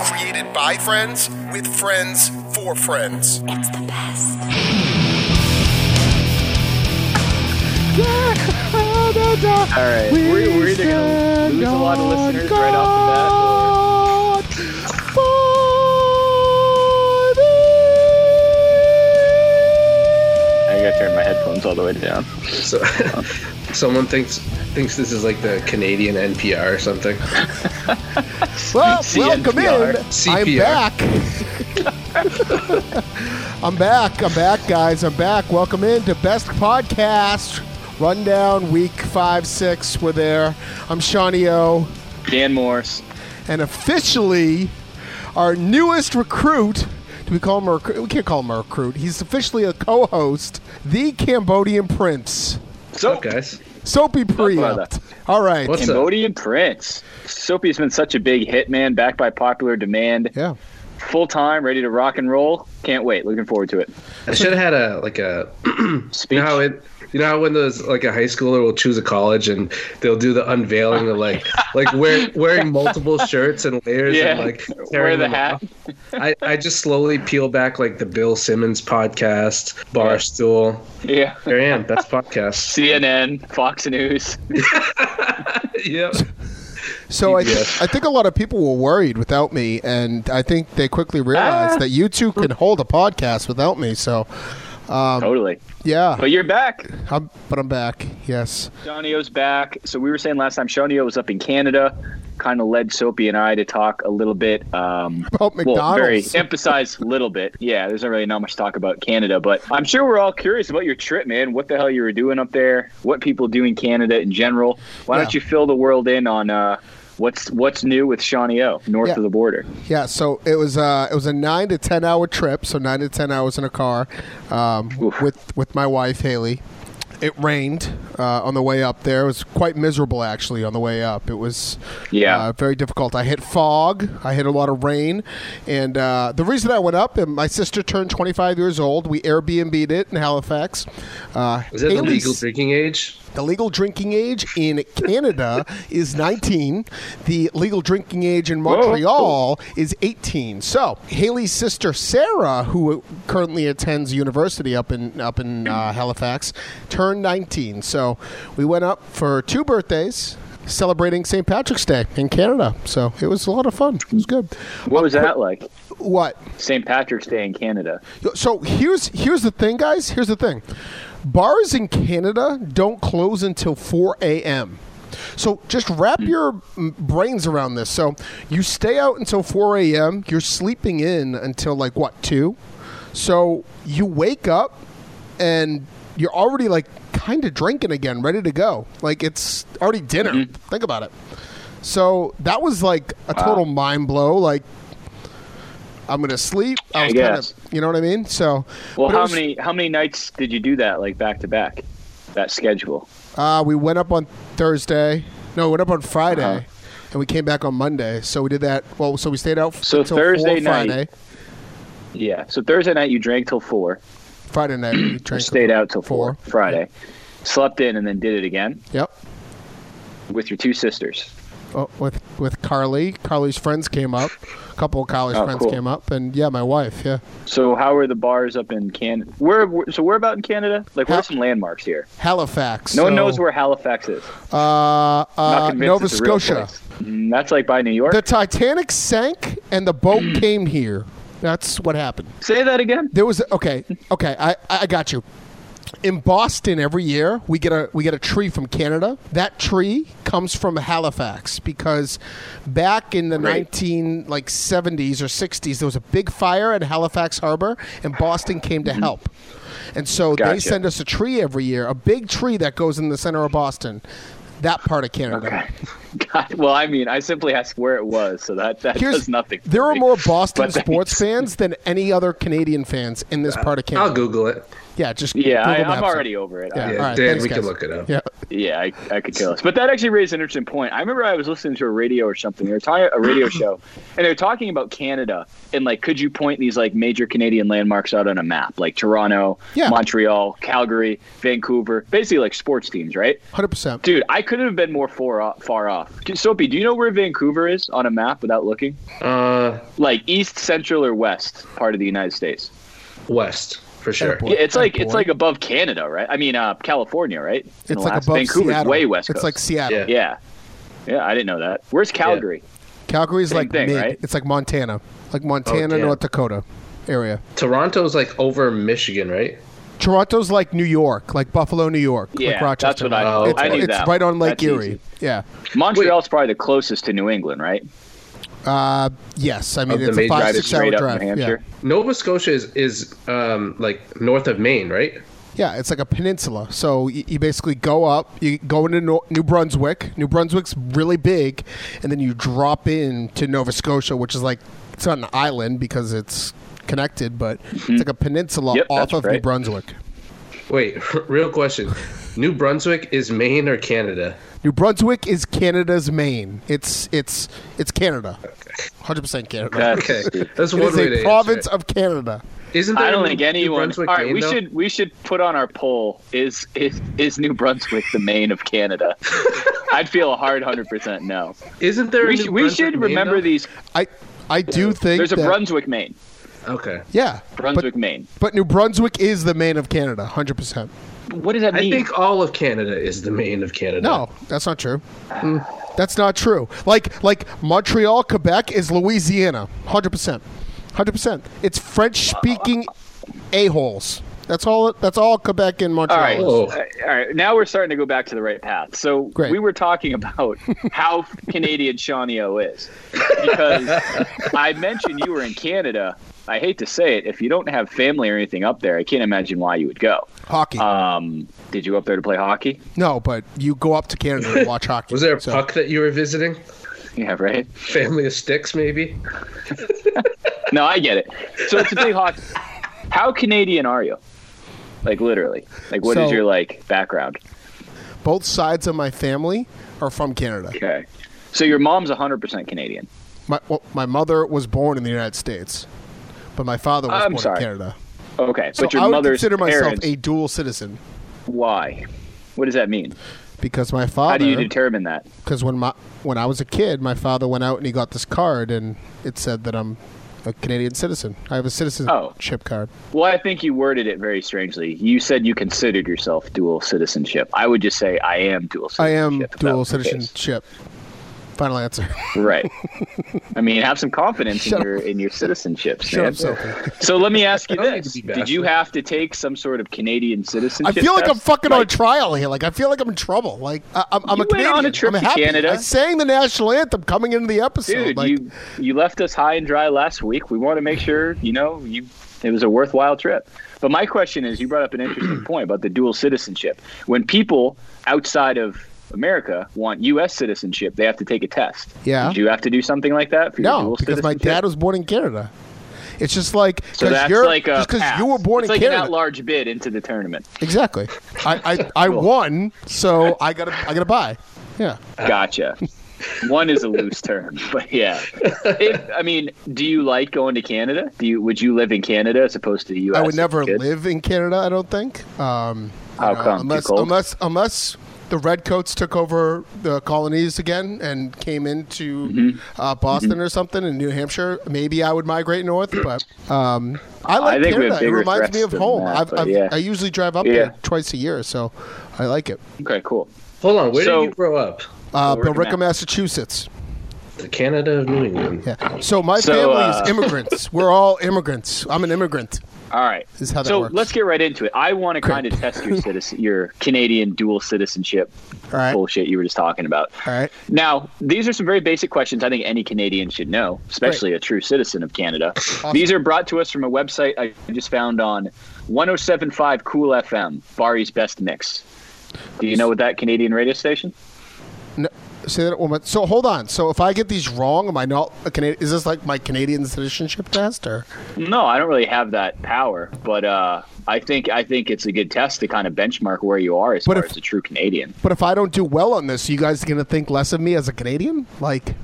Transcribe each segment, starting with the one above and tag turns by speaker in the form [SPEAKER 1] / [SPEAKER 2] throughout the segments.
[SPEAKER 1] created by friends, with friends, for friends.
[SPEAKER 2] It's the best.
[SPEAKER 3] All right,
[SPEAKER 4] We
[SPEAKER 3] we're, we're either gonna
[SPEAKER 4] stand
[SPEAKER 3] lose a lot of
[SPEAKER 4] on
[SPEAKER 3] listeners right off the bat. Or... I gotta turn my headphones all the way down.
[SPEAKER 5] So, someone thinks thinks this is like the Canadian NPR or something.
[SPEAKER 4] Well,
[SPEAKER 3] CNPR.
[SPEAKER 4] welcome in. I'm
[SPEAKER 5] CPR.
[SPEAKER 4] back. I'm back. I'm back, guys. I'm back. Welcome in to Best Podcast Rundown Week Five Six. We're there. I'm Shawnee O,
[SPEAKER 3] Dan Morse.
[SPEAKER 4] and officially our newest recruit. Do we call him a recruit? We can't call him a recruit. He's officially a co-host, the Cambodian Prince,
[SPEAKER 3] So,
[SPEAKER 5] Up, guys?
[SPEAKER 4] Soapy Preempt. All right.
[SPEAKER 5] What's up?
[SPEAKER 3] Cambodian Prince. Soapy's been such a big hit, man. Backed by popular demand.
[SPEAKER 4] Yeah.
[SPEAKER 3] Full time, ready to rock and roll. Can't wait. Looking forward to it.
[SPEAKER 5] I should have had a like a
[SPEAKER 3] Speech.
[SPEAKER 5] you know how it you know how when there's like a high schooler will choose a college and they'll do the unveiling of like like wear, wearing multiple shirts and layers
[SPEAKER 3] yeah.
[SPEAKER 5] and like
[SPEAKER 3] Wear
[SPEAKER 5] tearing
[SPEAKER 3] the
[SPEAKER 5] them
[SPEAKER 3] hat.
[SPEAKER 5] off. I, I just slowly peel back like the Bill Simmons podcast, Barstool.
[SPEAKER 3] Yeah.
[SPEAKER 5] There I am, best podcast.
[SPEAKER 3] CNN, Fox News.
[SPEAKER 5] yep.
[SPEAKER 4] So I,
[SPEAKER 5] Yes.
[SPEAKER 4] I think a lot of people were worried without me, and I think they quickly
[SPEAKER 3] Ah.
[SPEAKER 4] realized that you two can hold a podcast without me. So
[SPEAKER 5] Um,
[SPEAKER 3] totally.
[SPEAKER 4] yeah,
[SPEAKER 3] But you're back.
[SPEAKER 4] I'm, but I'm back. Yes,
[SPEAKER 3] Shawnee O's back. So we were saying last time Shawnee O was up in Canada, kind of led Soapy and I to talk a little bit. Um,
[SPEAKER 4] about
[SPEAKER 3] well, very
[SPEAKER 4] Oh, McDonald's.
[SPEAKER 3] emphasize a little bit. Yeah, there's not really not much talk about Canada, but I'm sure we're all curious about your trip, man. What the hell you were doing up there? What people do in Canada in general? Why
[SPEAKER 4] Yeah.
[SPEAKER 3] don't you fill the world in on uh, what's what's new with Shawnee O north
[SPEAKER 4] Yeah.
[SPEAKER 3] of the border?
[SPEAKER 4] yeah, so it was uh, it was a nine to ten hour trip, so nine to ten hours in a car um,
[SPEAKER 3] Oof.
[SPEAKER 4] with with my wife Haley. It rained uh, on the way up there. It was quite miserable actually on the way up. It was
[SPEAKER 3] Yeah.
[SPEAKER 4] uh, very difficult. I hit fog. I hit a lot of rain, and uh, the reason I went up, and my sister turned 25 years old. We Airbnb'd it in Halifax. Uh,
[SPEAKER 5] Is that the
[SPEAKER 4] Haley's-
[SPEAKER 5] legal drinking age?
[SPEAKER 4] the legal drinking age in Canada is 19. The legal drinking age in Montreal is 18. So Haley's sister Sarah, who currently attends university up in up in uh, Halifax, turned 19. So we went up for two birthdays. Celebrating St. Patrick's Day in Canada, so it was a lot of fun. It was good.
[SPEAKER 3] What was that like?
[SPEAKER 4] What?
[SPEAKER 3] St. Patrick's Day in Canada.
[SPEAKER 4] So here's here's the thing, guys. Here's the thing. Bars in Canada don't close until 4 a.m. So just wrap
[SPEAKER 3] Hmm.
[SPEAKER 4] your mm, brains around this. So you stay out until 4 a.m. You're sleeping in until like what two? So you wake up and you're already like kind of drinking again, ready to go. Like it's already dinner.
[SPEAKER 3] Mm-hmm.
[SPEAKER 4] Think about it. So that was like a total mind blow. Like I'm gonna sleep. I
[SPEAKER 3] I
[SPEAKER 4] was kind of,
[SPEAKER 3] guess.
[SPEAKER 4] you know what I mean. So
[SPEAKER 3] Well,
[SPEAKER 4] but it
[SPEAKER 3] how
[SPEAKER 4] was-
[SPEAKER 3] many how many nights did you do that like back to back? That schedule.
[SPEAKER 4] Uh, we went up on Thursday. No, we went up on Friday,
[SPEAKER 3] Uh-huh.
[SPEAKER 4] and we came back on Monday. So we did that. Well, so we stayed out f-
[SPEAKER 3] So
[SPEAKER 4] until
[SPEAKER 3] Thursday
[SPEAKER 4] four
[SPEAKER 3] night-
[SPEAKER 4] Friday.
[SPEAKER 3] Yeah. So Thursday night you drank till four,
[SPEAKER 4] Friday night we
[SPEAKER 3] or
[SPEAKER 4] drank.
[SPEAKER 3] stayed out till four,
[SPEAKER 4] Four.
[SPEAKER 3] Friday, slept in, and then did it again
[SPEAKER 4] Yep.
[SPEAKER 3] with your two sisters.
[SPEAKER 4] Oh, with with Carly, Carly's friends came up. A couple of Carly's
[SPEAKER 3] Oh,
[SPEAKER 4] friends
[SPEAKER 3] cool.
[SPEAKER 4] came up, and yeah, my wife. Yeah,
[SPEAKER 3] So how are the bars up in Canada? Where so we're about in Canada? Like what
[SPEAKER 4] Hal-
[SPEAKER 3] are some landmarks here?
[SPEAKER 4] Halifax.
[SPEAKER 3] No one
[SPEAKER 4] so,
[SPEAKER 3] knows where Halifax is.
[SPEAKER 4] Uh,
[SPEAKER 3] Not
[SPEAKER 4] uh,
[SPEAKER 3] convinced
[SPEAKER 4] Nova
[SPEAKER 3] it's a real
[SPEAKER 4] Scotia.
[SPEAKER 3] place. Mm, That's like by New York.
[SPEAKER 4] The Titanic sank, and the boat came here. That's what happened.
[SPEAKER 3] Say that again.
[SPEAKER 4] There was okay, okay. I I got you. In Boston, every year we get a we get a tree from Canada. That tree comes from Halifax because back in the
[SPEAKER 3] Right.
[SPEAKER 4] nineteen like seventies or sixties, there was a big fire at Halifax Harbor, and Boston came to help. And so they
[SPEAKER 3] Mm-hmm. Gotcha.
[SPEAKER 4] send us a tree every year, a big tree that goes in the center of Boston, that part of Canada.
[SPEAKER 3] Okay. God, well, I mean, I simply asked where it was, so that that
[SPEAKER 4] Here's
[SPEAKER 3] does nothing. for
[SPEAKER 4] There are
[SPEAKER 3] me.
[SPEAKER 4] more Boston
[SPEAKER 3] But thanks.
[SPEAKER 4] sports fans than any other Canadian fans in this part of Canada.
[SPEAKER 5] I'll Google it.
[SPEAKER 4] Yeah, just
[SPEAKER 3] Yeah, I,
[SPEAKER 4] Google
[SPEAKER 3] I'm
[SPEAKER 4] Maps it.
[SPEAKER 3] already over it.
[SPEAKER 4] Yeah.
[SPEAKER 3] I-
[SPEAKER 5] Yeah,
[SPEAKER 4] All right,
[SPEAKER 5] Dan,
[SPEAKER 4] thanks,
[SPEAKER 5] we can
[SPEAKER 4] guys.
[SPEAKER 5] look it up.
[SPEAKER 4] Yeah.
[SPEAKER 3] Yeah, I, I could kill us. But that actually raised an interesting point. I remember I was listening to a radio or something. They were talking a radio show, and they were talking about Canada and like, could you point these like major Canadian landmarks out on a map, like Toronto,
[SPEAKER 4] Yeah.
[SPEAKER 3] Montreal, Calgary, Vancouver, basically like sports teams, right?
[SPEAKER 4] Hundred percent.
[SPEAKER 3] Dude, I couldn't have been more far off, far off. Soapy, do you know where Vancouver is on a map without looking?
[SPEAKER 5] Uh,
[SPEAKER 3] Like east, central, or west part of the United States?
[SPEAKER 5] west for sure.
[SPEAKER 4] boy.
[SPEAKER 3] Yeah, it's
[SPEAKER 4] Good
[SPEAKER 3] like it's
[SPEAKER 4] boy.
[SPEAKER 3] like above Canada, right? I mean, uh, California, right? In
[SPEAKER 4] It's like
[SPEAKER 3] Alaska.
[SPEAKER 4] above
[SPEAKER 3] Vancouver's
[SPEAKER 4] Seattle.
[SPEAKER 3] way west
[SPEAKER 4] It's
[SPEAKER 3] coast.
[SPEAKER 4] like Seattle.
[SPEAKER 5] Yeah.
[SPEAKER 3] yeah, yeah. I didn't know that. Where's Calgary?
[SPEAKER 4] Calgary's
[SPEAKER 3] Same
[SPEAKER 4] like
[SPEAKER 3] thing,
[SPEAKER 4] mid.
[SPEAKER 3] right?
[SPEAKER 4] It's like Montana, like Montana,
[SPEAKER 5] Oh, yeah.
[SPEAKER 4] North Dakota area.
[SPEAKER 5] Toronto's like over Michigan, right?
[SPEAKER 4] Toronto's like New York, like Buffalo, New York,
[SPEAKER 3] Yeah,
[SPEAKER 4] like
[SPEAKER 3] that's
[SPEAKER 4] Rochester.
[SPEAKER 3] what I-
[SPEAKER 5] Oh,
[SPEAKER 4] it's,
[SPEAKER 5] I knew
[SPEAKER 4] it's
[SPEAKER 3] that.
[SPEAKER 4] right on Lake
[SPEAKER 3] That's
[SPEAKER 4] Erie.
[SPEAKER 3] easy.
[SPEAKER 4] Yeah.
[SPEAKER 3] Montreal's probably the closest to New England, right?
[SPEAKER 4] Uh, yes. I mean,
[SPEAKER 5] the
[SPEAKER 4] it's a
[SPEAKER 5] major
[SPEAKER 4] five
[SPEAKER 5] drive is
[SPEAKER 4] six hour
[SPEAKER 3] Straight up
[SPEAKER 4] drive.
[SPEAKER 3] New
[SPEAKER 4] yeah.
[SPEAKER 3] Hampshire.
[SPEAKER 5] Nova Scotia is is um, like north of Maine, right?
[SPEAKER 4] Yeah, it's like a peninsula. So you, you basically go up, you go into Nor- New Brunswick. New Brunswick's really big, and then you drop in to Nova Scotia, which is like it's not an island because it's connected, but it's like a peninsula
[SPEAKER 3] Mm-hmm. Yep,
[SPEAKER 4] off
[SPEAKER 3] that's
[SPEAKER 4] of New
[SPEAKER 3] right.
[SPEAKER 4] Brunswick.
[SPEAKER 5] Wait, real question. New Brunswick is Maine or Canada?
[SPEAKER 4] New Brunswick is Canada's Maine. It's it's it's Canada, hundred percent Canada.
[SPEAKER 3] That's-
[SPEAKER 5] Okay, that's
[SPEAKER 4] It
[SPEAKER 5] one
[SPEAKER 4] is
[SPEAKER 5] way
[SPEAKER 4] a
[SPEAKER 5] to answer
[SPEAKER 4] province
[SPEAKER 5] it.
[SPEAKER 4] of Canada.
[SPEAKER 5] Isn't there
[SPEAKER 3] I don't
[SPEAKER 5] New-
[SPEAKER 3] think
[SPEAKER 5] New
[SPEAKER 3] anyone. All
[SPEAKER 5] Brunswick,
[SPEAKER 3] right,
[SPEAKER 5] Maine,
[SPEAKER 3] we
[SPEAKER 5] though?
[SPEAKER 3] should we should put on our poll: is is is New Brunswick the Maine of Canada? I'd feel a hard hundred percent no.
[SPEAKER 5] Isn't there? a
[SPEAKER 3] We
[SPEAKER 5] New
[SPEAKER 3] should we
[SPEAKER 5] Brunswick,
[SPEAKER 3] should
[SPEAKER 5] Maine,
[SPEAKER 3] remember
[SPEAKER 5] though?
[SPEAKER 3] these.
[SPEAKER 4] I I do think
[SPEAKER 3] There's a
[SPEAKER 4] that-
[SPEAKER 3] Brunswick, Maine.
[SPEAKER 5] Okay.
[SPEAKER 4] Yeah,
[SPEAKER 3] Brunswick,
[SPEAKER 4] but,
[SPEAKER 3] Maine.
[SPEAKER 4] but New Brunswick is the Maine of Canada, hundred percent.
[SPEAKER 3] What does that
[SPEAKER 5] I
[SPEAKER 3] mean?
[SPEAKER 5] think all of Canada is the Maine of Canada.
[SPEAKER 4] No, that's not true.
[SPEAKER 3] Mm.
[SPEAKER 4] That's not true. Like like Montreal, Quebec is Louisiana, hundred percent, hundred percent. It's French speaking a holes. That's all. That's all Quebec and Montreal.
[SPEAKER 3] All right.
[SPEAKER 4] is.
[SPEAKER 5] Oh.
[SPEAKER 3] All right. Now we're starting to go back to the right path. So
[SPEAKER 4] Great.
[SPEAKER 3] we were talking about how Canadian Shawneo is. Because I mentioned you were in Canada. I hate to say it. If you don't have family or anything up there, I can't imagine why you would go.
[SPEAKER 4] Hockey.
[SPEAKER 3] Um, did you up there to play hockey?
[SPEAKER 4] no, but you go up to Canada and watch hockey.
[SPEAKER 5] Was there a
[SPEAKER 4] so-
[SPEAKER 5] puck that you were visiting?
[SPEAKER 3] Yeah, right?
[SPEAKER 5] Family of Sticks, maybe.
[SPEAKER 3] No, I get it. So it's a big hockey. How Canadian are you? Like, literally. Like, what is
[SPEAKER 4] So-
[SPEAKER 3] your, like, background?
[SPEAKER 4] Both sides of my family are from Canada.
[SPEAKER 3] Okay. So your mom's 100% Canadian.
[SPEAKER 4] My well, my mother was born in the United States, but my father was
[SPEAKER 3] I'm
[SPEAKER 4] born
[SPEAKER 3] sorry.
[SPEAKER 4] in Canada.
[SPEAKER 3] Okay.
[SPEAKER 4] So
[SPEAKER 3] but your
[SPEAKER 4] I would
[SPEAKER 3] mother's
[SPEAKER 4] consider myself
[SPEAKER 3] parents,
[SPEAKER 4] a dual citizen
[SPEAKER 3] why? What does that mean?
[SPEAKER 4] because my
[SPEAKER 3] How do you
[SPEAKER 4] father.
[SPEAKER 3] determine that?
[SPEAKER 4] Because when my when I was a kid, my father went out and he got this card, and it said that I'm a Canadian citizen. I have a citizenship
[SPEAKER 3] Oh.
[SPEAKER 4] card.
[SPEAKER 3] Well, I think you worded it very strangely. You said you considered yourself dual citizenship. I would just say I am dual
[SPEAKER 4] I
[SPEAKER 3] citizenship.
[SPEAKER 4] am
[SPEAKER 3] if that
[SPEAKER 4] dual
[SPEAKER 3] was the case.
[SPEAKER 4] citizenship. Final answer.
[SPEAKER 3] Right. I mean, have some confidence
[SPEAKER 4] Shut
[SPEAKER 3] in your in your citizenships.
[SPEAKER 4] Shut
[SPEAKER 3] man.
[SPEAKER 4] up, Sophie.
[SPEAKER 3] So let me ask you
[SPEAKER 5] I don't need
[SPEAKER 3] this:
[SPEAKER 5] to be
[SPEAKER 3] Did you
[SPEAKER 5] bashful.
[SPEAKER 3] have to take some sort of Canadian
[SPEAKER 4] I
[SPEAKER 3] citizenship?
[SPEAKER 4] feel like I'm
[SPEAKER 3] test?
[SPEAKER 4] fucking on
[SPEAKER 3] Like,
[SPEAKER 4] trial here. Like I feel like I'm in trouble. Like I, I'm, I'm
[SPEAKER 3] You
[SPEAKER 4] a
[SPEAKER 3] went on a
[SPEAKER 4] Canadian.
[SPEAKER 3] trip
[SPEAKER 4] I'm
[SPEAKER 3] to
[SPEAKER 4] happy.
[SPEAKER 3] Canada.
[SPEAKER 4] I sang the national anthem coming into the episode.
[SPEAKER 3] Dude,
[SPEAKER 4] like,
[SPEAKER 3] you you left us high and dry last week. We want to make sure you know you it was a worthwhile trip. But my question is, you brought up an interesting point about the dual citizenship. When people outside of America want U.S. citizenship, they have to take a test.
[SPEAKER 4] Yeah.
[SPEAKER 3] Did you have to do something like that for your
[SPEAKER 4] no,
[SPEAKER 3] dual
[SPEAKER 4] because my
[SPEAKER 3] citizenship?
[SPEAKER 4] dad was born in Canada. It's just like
[SPEAKER 3] So
[SPEAKER 4] because
[SPEAKER 3] that's
[SPEAKER 4] you're
[SPEAKER 3] like a
[SPEAKER 4] just because
[SPEAKER 3] pass.
[SPEAKER 4] you were born
[SPEAKER 3] it's
[SPEAKER 4] in
[SPEAKER 3] like
[SPEAKER 4] Canada.
[SPEAKER 3] an at-large bid into the tournament.
[SPEAKER 4] Exactly. I I, I won, so I gotta I gotta buy. Yeah.
[SPEAKER 3] Gotcha. One is a loose term, but yeah. If, I mean, do you like going to Canada? Do you would you live in Canada as opposed to the U.S.?
[SPEAKER 4] I would
[SPEAKER 3] if
[SPEAKER 4] never
[SPEAKER 3] you could?
[SPEAKER 4] live in Canada. I don't think. Um, you
[SPEAKER 3] How come? Too
[SPEAKER 4] Unless
[SPEAKER 3] cold?
[SPEAKER 4] unless unless the redcoats took over the colonies again and came into
[SPEAKER 3] Mm-hmm.
[SPEAKER 4] uh, Boston or something in New Hampshire, maybe I would migrate north. But um, I like
[SPEAKER 3] think we have
[SPEAKER 4] Canada. It
[SPEAKER 3] bigger
[SPEAKER 4] reminds me
[SPEAKER 3] threats
[SPEAKER 4] of
[SPEAKER 3] than
[SPEAKER 4] home.
[SPEAKER 3] that,
[SPEAKER 4] I've,
[SPEAKER 3] but
[SPEAKER 4] I've,
[SPEAKER 3] yeah.
[SPEAKER 4] I usually drive up
[SPEAKER 3] Yeah.
[SPEAKER 4] there twice a year, so I like it.
[SPEAKER 3] Okay, cool.
[SPEAKER 5] Hold on, where
[SPEAKER 3] So-
[SPEAKER 5] did you grow up?
[SPEAKER 4] Uh,
[SPEAKER 3] Well,
[SPEAKER 4] Billerica,
[SPEAKER 3] recommend.
[SPEAKER 4] Massachusetts.
[SPEAKER 5] The Canada of New England.
[SPEAKER 4] Yeah. So my
[SPEAKER 3] So,
[SPEAKER 4] family
[SPEAKER 3] uh,
[SPEAKER 4] is immigrants. We're all immigrants. I'm an immigrant.
[SPEAKER 3] All right.
[SPEAKER 4] Is how that
[SPEAKER 3] so
[SPEAKER 4] works.
[SPEAKER 3] let's get right into it. I want to
[SPEAKER 4] Great.
[SPEAKER 3] kind of test your citizen, your Canadian dual citizenship
[SPEAKER 4] All right.
[SPEAKER 3] bullshit you were just talking about.
[SPEAKER 4] All right.
[SPEAKER 3] Now, these are some very basic questions I think any Canadian should know, especially a true citizen of Canada. These are brought to us from a website I just found on 1075 Cool FM, Bari's Best Mix. Do you know what that Canadian radio station?
[SPEAKER 4] No, say that one more. So hold on. So if I get these wrong, am I not a Canadian? Is this like my Canadian citizenship test? Or
[SPEAKER 3] No, I don't really have that power, but uh, I think I think it's a good test to kind of benchmark where you are as
[SPEAKER 4] But
[SPEAKER 3] far
[SPEAKER 4] if-
[SPEAKER 3] as a true Canadian.
[SPEAKER 4] but if I don't do well on this, you guys are gonna think less of me as a Canadian? Like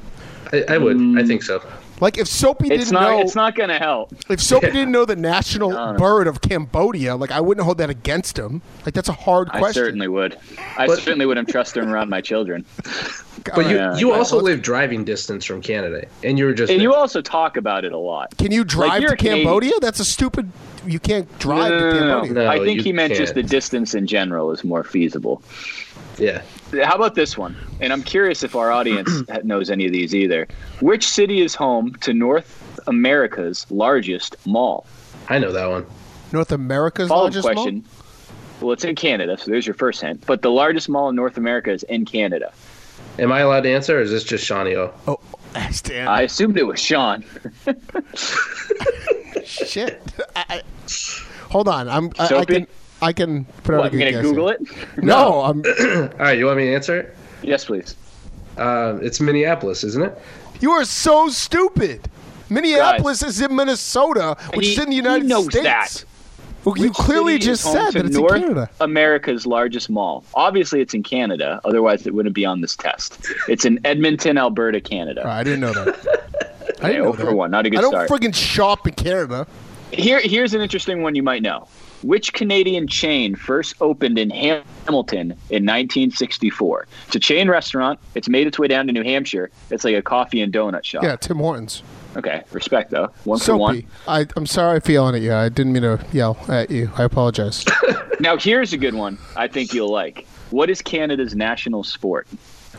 [SPEAKER 3] Mm.
[SPEAKER 5] I, I would. I think so.
[SPEAKER 4] Like if Soapy
[SPEAKER 3] It's
[SPEAKER 4] didn't
[SPEAKER 3] not.
[SPEAKER 4] know,
[SPEAKER 3] It's not going to help.
[SPEAKER 4] if Soapy didn't know the national bird of Cambodia, like I wouldn't hold that against him. Like that's a hard
[SPEAKER 3] I
[SPEAKER 4] question.
[SPEAKER 3] certainly would. I
[SPEAKER 5] But-
[SPEAKER 3] certainly wouldn't trust them around my children.
[SPEAKER 5] But you,
[SPEAKER 3] Yeah.
[SPEAKER 5] you also live driving distance from Canada, and you were just
[SPEAKER 3] And you
[SPEAKER 5] there.
[SPEAKER 3] also talk about it a lot.
[SPEAKER 4] Can you drive
[SPEAKER 3] you're
[SPEAKER 4] to
[SPEAKER 3] a Canadian.
[SPEAKER 4] Cambodia? That's a stupid. You can't drive
[SPEAKER 3] No, no,
[SPEAKER 4] to
[SPEAKER 3] no, no,
[SPEAKER 4] Cambodia.
[SPEAKER 3] no.
[SPEAKER 5] No,
[SPEAKER 3] I think
[SPEAKER 5] you
[SPEAKER 3] he meant just the
[SPEAKER 5] can't.
[SPEAKER 3] distance in general is more feasible.
[SPEAKER 5] yeah.
[SPEAKER 3] How about this one? And I'm curious if our audience knows any of these either. Which city is home to North America's largest mall?
[SPEAKER 5] I know that one.
[SPEAKER 4] North America's
[SPEAKER 3] Follow up
[SPEAKER 4] largest mall?
[SPEAKER 3] question. Well, it's in Canada, so there's your first hint. But the largest mall in North America is in Canada.
[SPEAKER 5] Am I allowed to answer, or is this just Shawnee O?
[SPEAKER 4] Oh, Stan.
[SPEAKER 3] I assumed it was Sean.
[SPEAKER 4] shit. I, I, hold on. I'm. I, I
[SPEAKER 3] Soapy?
[SPEAKER 4] can. I can put out
[SPEAKER 3] What,
[SPEAKER 4] a
[SPEAKER 3] I'm
[SPEAKER 4] good
[SPEAKER 3] going to
[SPEAKER 4] guess
[SPEAKER 3] Google
[SPEAKER 4] here.
[SPEAKER 3] it?
[SPEAKER 4] No, I'm.
[SPEAKER 5] All right, you want me to answer it?
[SPEAKER 3] Yes, please.
[SPEAKER 5] Um, it's Minneapolis, isn't it?
[SPEAKER 4] You are so stupid. Minneapolis is in Minnesota, which
[SPEAKER 3] he-
[SPEAKER 4] is in the United
[SPEAKER 3] he knows
[SPEAKER 4] States.
[SPEAKER 3] that.
[SPEAKER 4] Well, you
[SPEAKER 3] Which
[SPEAKER 4] clearly
[SPEAKER 3] city
[SPEAKER 4] just
[SPEAKER 3] is home
[SPEAKER 4] said
[SPEAKER 3] to
[SPEAKER 4] that it's
[SPEAKER 3] North
[SPEAKER 4] in Canada.
[SPEAKER 3] America's largest mall. Obviously, it's in Canada. Otherwise, it wouldn't be on this test. It's in Edmonton, Alberta, Canada.
[SPEAKER 4] All right, I didn't know that. I
[SPEAKER 3] Okay,
[SPEAKER 4] didn't know
[SPEAKER 3] 0
[SPEAKER 4] that.
[SPEAKER 3] for one. Not a good
[SPEAKER 4] I don't
[SPEAKER 3] start.
[SPEAKER 4] friggin' shop in Canada.
[SPEAKER 3] Here, here's an interesting one you might know. Which Canadian chain first opened in Ham- Hamilton in 1964? It's a chain restaurant. It's made its way down to New Hampshire. It's like a coffee and donut shop.
[SPEAKER 4] Yeah, Tim Hortons.
[SPEAKER 3] Okay, respect though. One for one.
[SPEAKER 4] Soapy. I, I'm sorry for yelling at you. I didn't mean to yell at you. I apologize.
[SPEAKER 3] Now here's a good one. I think you'll like. What is Canada's national sport?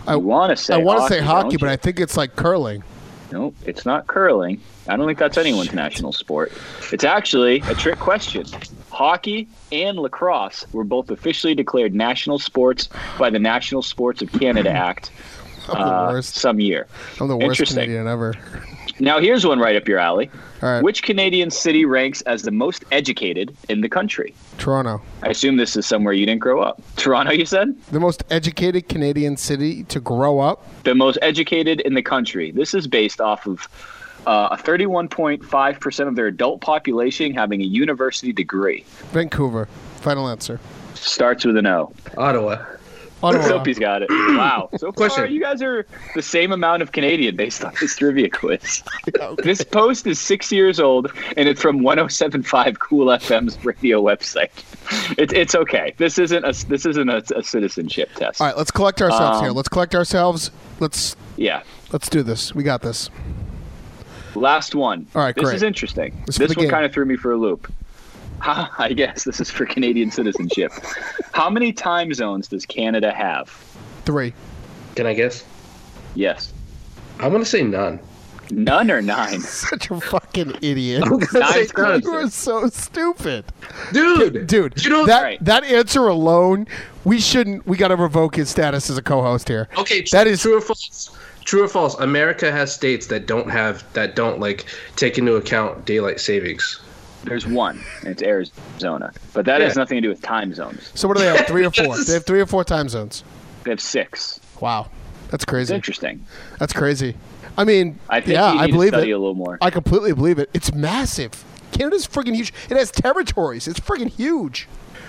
[SPEAKER 3] I want to say.
[SPEAKER 4] I want to
[SPEAKER 3] hockey,
[SPEAKER 4] say hockey,
[SPEAKER 3] don't
[SPEAKER 4] but
[SPEAKER 3] you?
[SPEAKER 4] I think it's like curling.
[SPEAKER 3] Nope, it's not curling. I don't think that's
[SPEAKER 4] Oh,
[SPEAKER 3] anyone's national sport. It's actually a trick question. Hockey and lacrosse were both officially declared national sports by the National Sports of Canada Act
[SPEAKER 4] I'm
[SPEAKER 3] uh,
[SPEAKER 4] the worst.
[SPEAKER 3] some year.
[SPEAKER 4] I'm the worst
[SPEAKER 3] interesting.
[SPEAKER 4] Canadian ever.
[SPEAKER 3] Now, here's one right up your alley.
[SPEAKER 4] All right.
[SPEAKER 3] Which Canadian city ranks as the most educated in the country?
[SPEAKER 4] Toronto,
[SPEAKER 3] I assume this is somewhere you didn't grow up. Toronto, you said?
[SPEAKER 4] the most educated Canadian city to grow up.
[SPEAKER 3] the most educated in the country. This is based off of uh, 31.5% of their adult population having a university degree.
[SPEAKER 4] Vancouver. Final answer.
[SPEAKER 3] Starts with an O.
[SPEAKER 5] Ottawa.
[SPEAKER 4] Ottawa.
[SPEAKER 3] Soapy's got it. Wow. So far,
[SPEAKER 5] Question.
[SPEAKER 3] you guys are the same amount of Canadian based on this trivia quiz. This post is six years old, and it's from 107.5 Cool FM's radio website. It's it's okay. This isn't a this isn't a, a citizenship test.
[SPEAKER 4] All right, let's collect ourselves
[SPEAKER 3] Um,
[SPEAKER 4] here. Let's collect ourselves. Let's
[SPEAKER 3] Yeah.
[SPEAKER 4] let's do this. We got this.
[SPEAKER 3] Last one.
[SPEAKER 4] All right,
[SPEAKER 3] this
[SPEAKER 4] great.
[SPEAKER 3] is interesting.
[SPEAKER 4] This
[SPEAKER 3] This,
[SPEAKER 4] is for the
[SPEAKER 3] one
[SPEAKER 4] game.
[SPEAKER 3] kind of threw me for a loop. Ha, I guess this is for Canadian citizenship. How many time zones does Canada have?
[SPEAKER 4] Three.
[SPEAKER 5] Can I guess?
[SPEAKER 3] Yes,
[SPEAKER 5] I'm gonna say none.
[SPEAKER 3] none or nine.
[SPEAKER 4] Such a fucking idiot.
[SPEAKER 3] Nice
[SPEAKER 5] none.
[SPEAKER 4] you are so stupid,
[SPEAKER 5] dude.
[SPEAKER 4] dude.
[SPEAKER 5] You know
[SPEAKER 4] that
[SPEAKER 3] Right.
[SPEAKER 4] that answer alone, we shouldn't. We got to revoke his status as a co-host here.
[SPEAKER 5] Okay, tr-
[SPEAKER 4] That is-
[SPEAKER 5] true or false. True or false? America has states that don't have that don't like take into account daylight savings.
[SPEAKER 3] There's one, and it's Arizona. But that has
[SPEAKER 5] Yeah.
[SPEAKER 3] nothing to do with time zones.
[SPEAKER 4] So what do they have? Three or four? They have three or four time zones.
[SPEAKER 3] They have six.
[SPEAKER 4] Wow, that's
[SPEAKER 3] It's
[SPEAKER 4] crazy.
[SPEAKER 3] interesting.
[SPEAKER 4] That's crazy. I mean,
[SPEAKER 3] I think
[SPEAKER 4] yeah,
[SPEAKER 3] you need
[SPEAKER 4] I believe
[SPEAKER 3] to study
[SPEAKER 4] it.
[SPEAKER 3] a little more.
[SPEAKER 4] I completely believe it. It's massive. Canada's friggin' huge. It has territories. It's friggin' huge.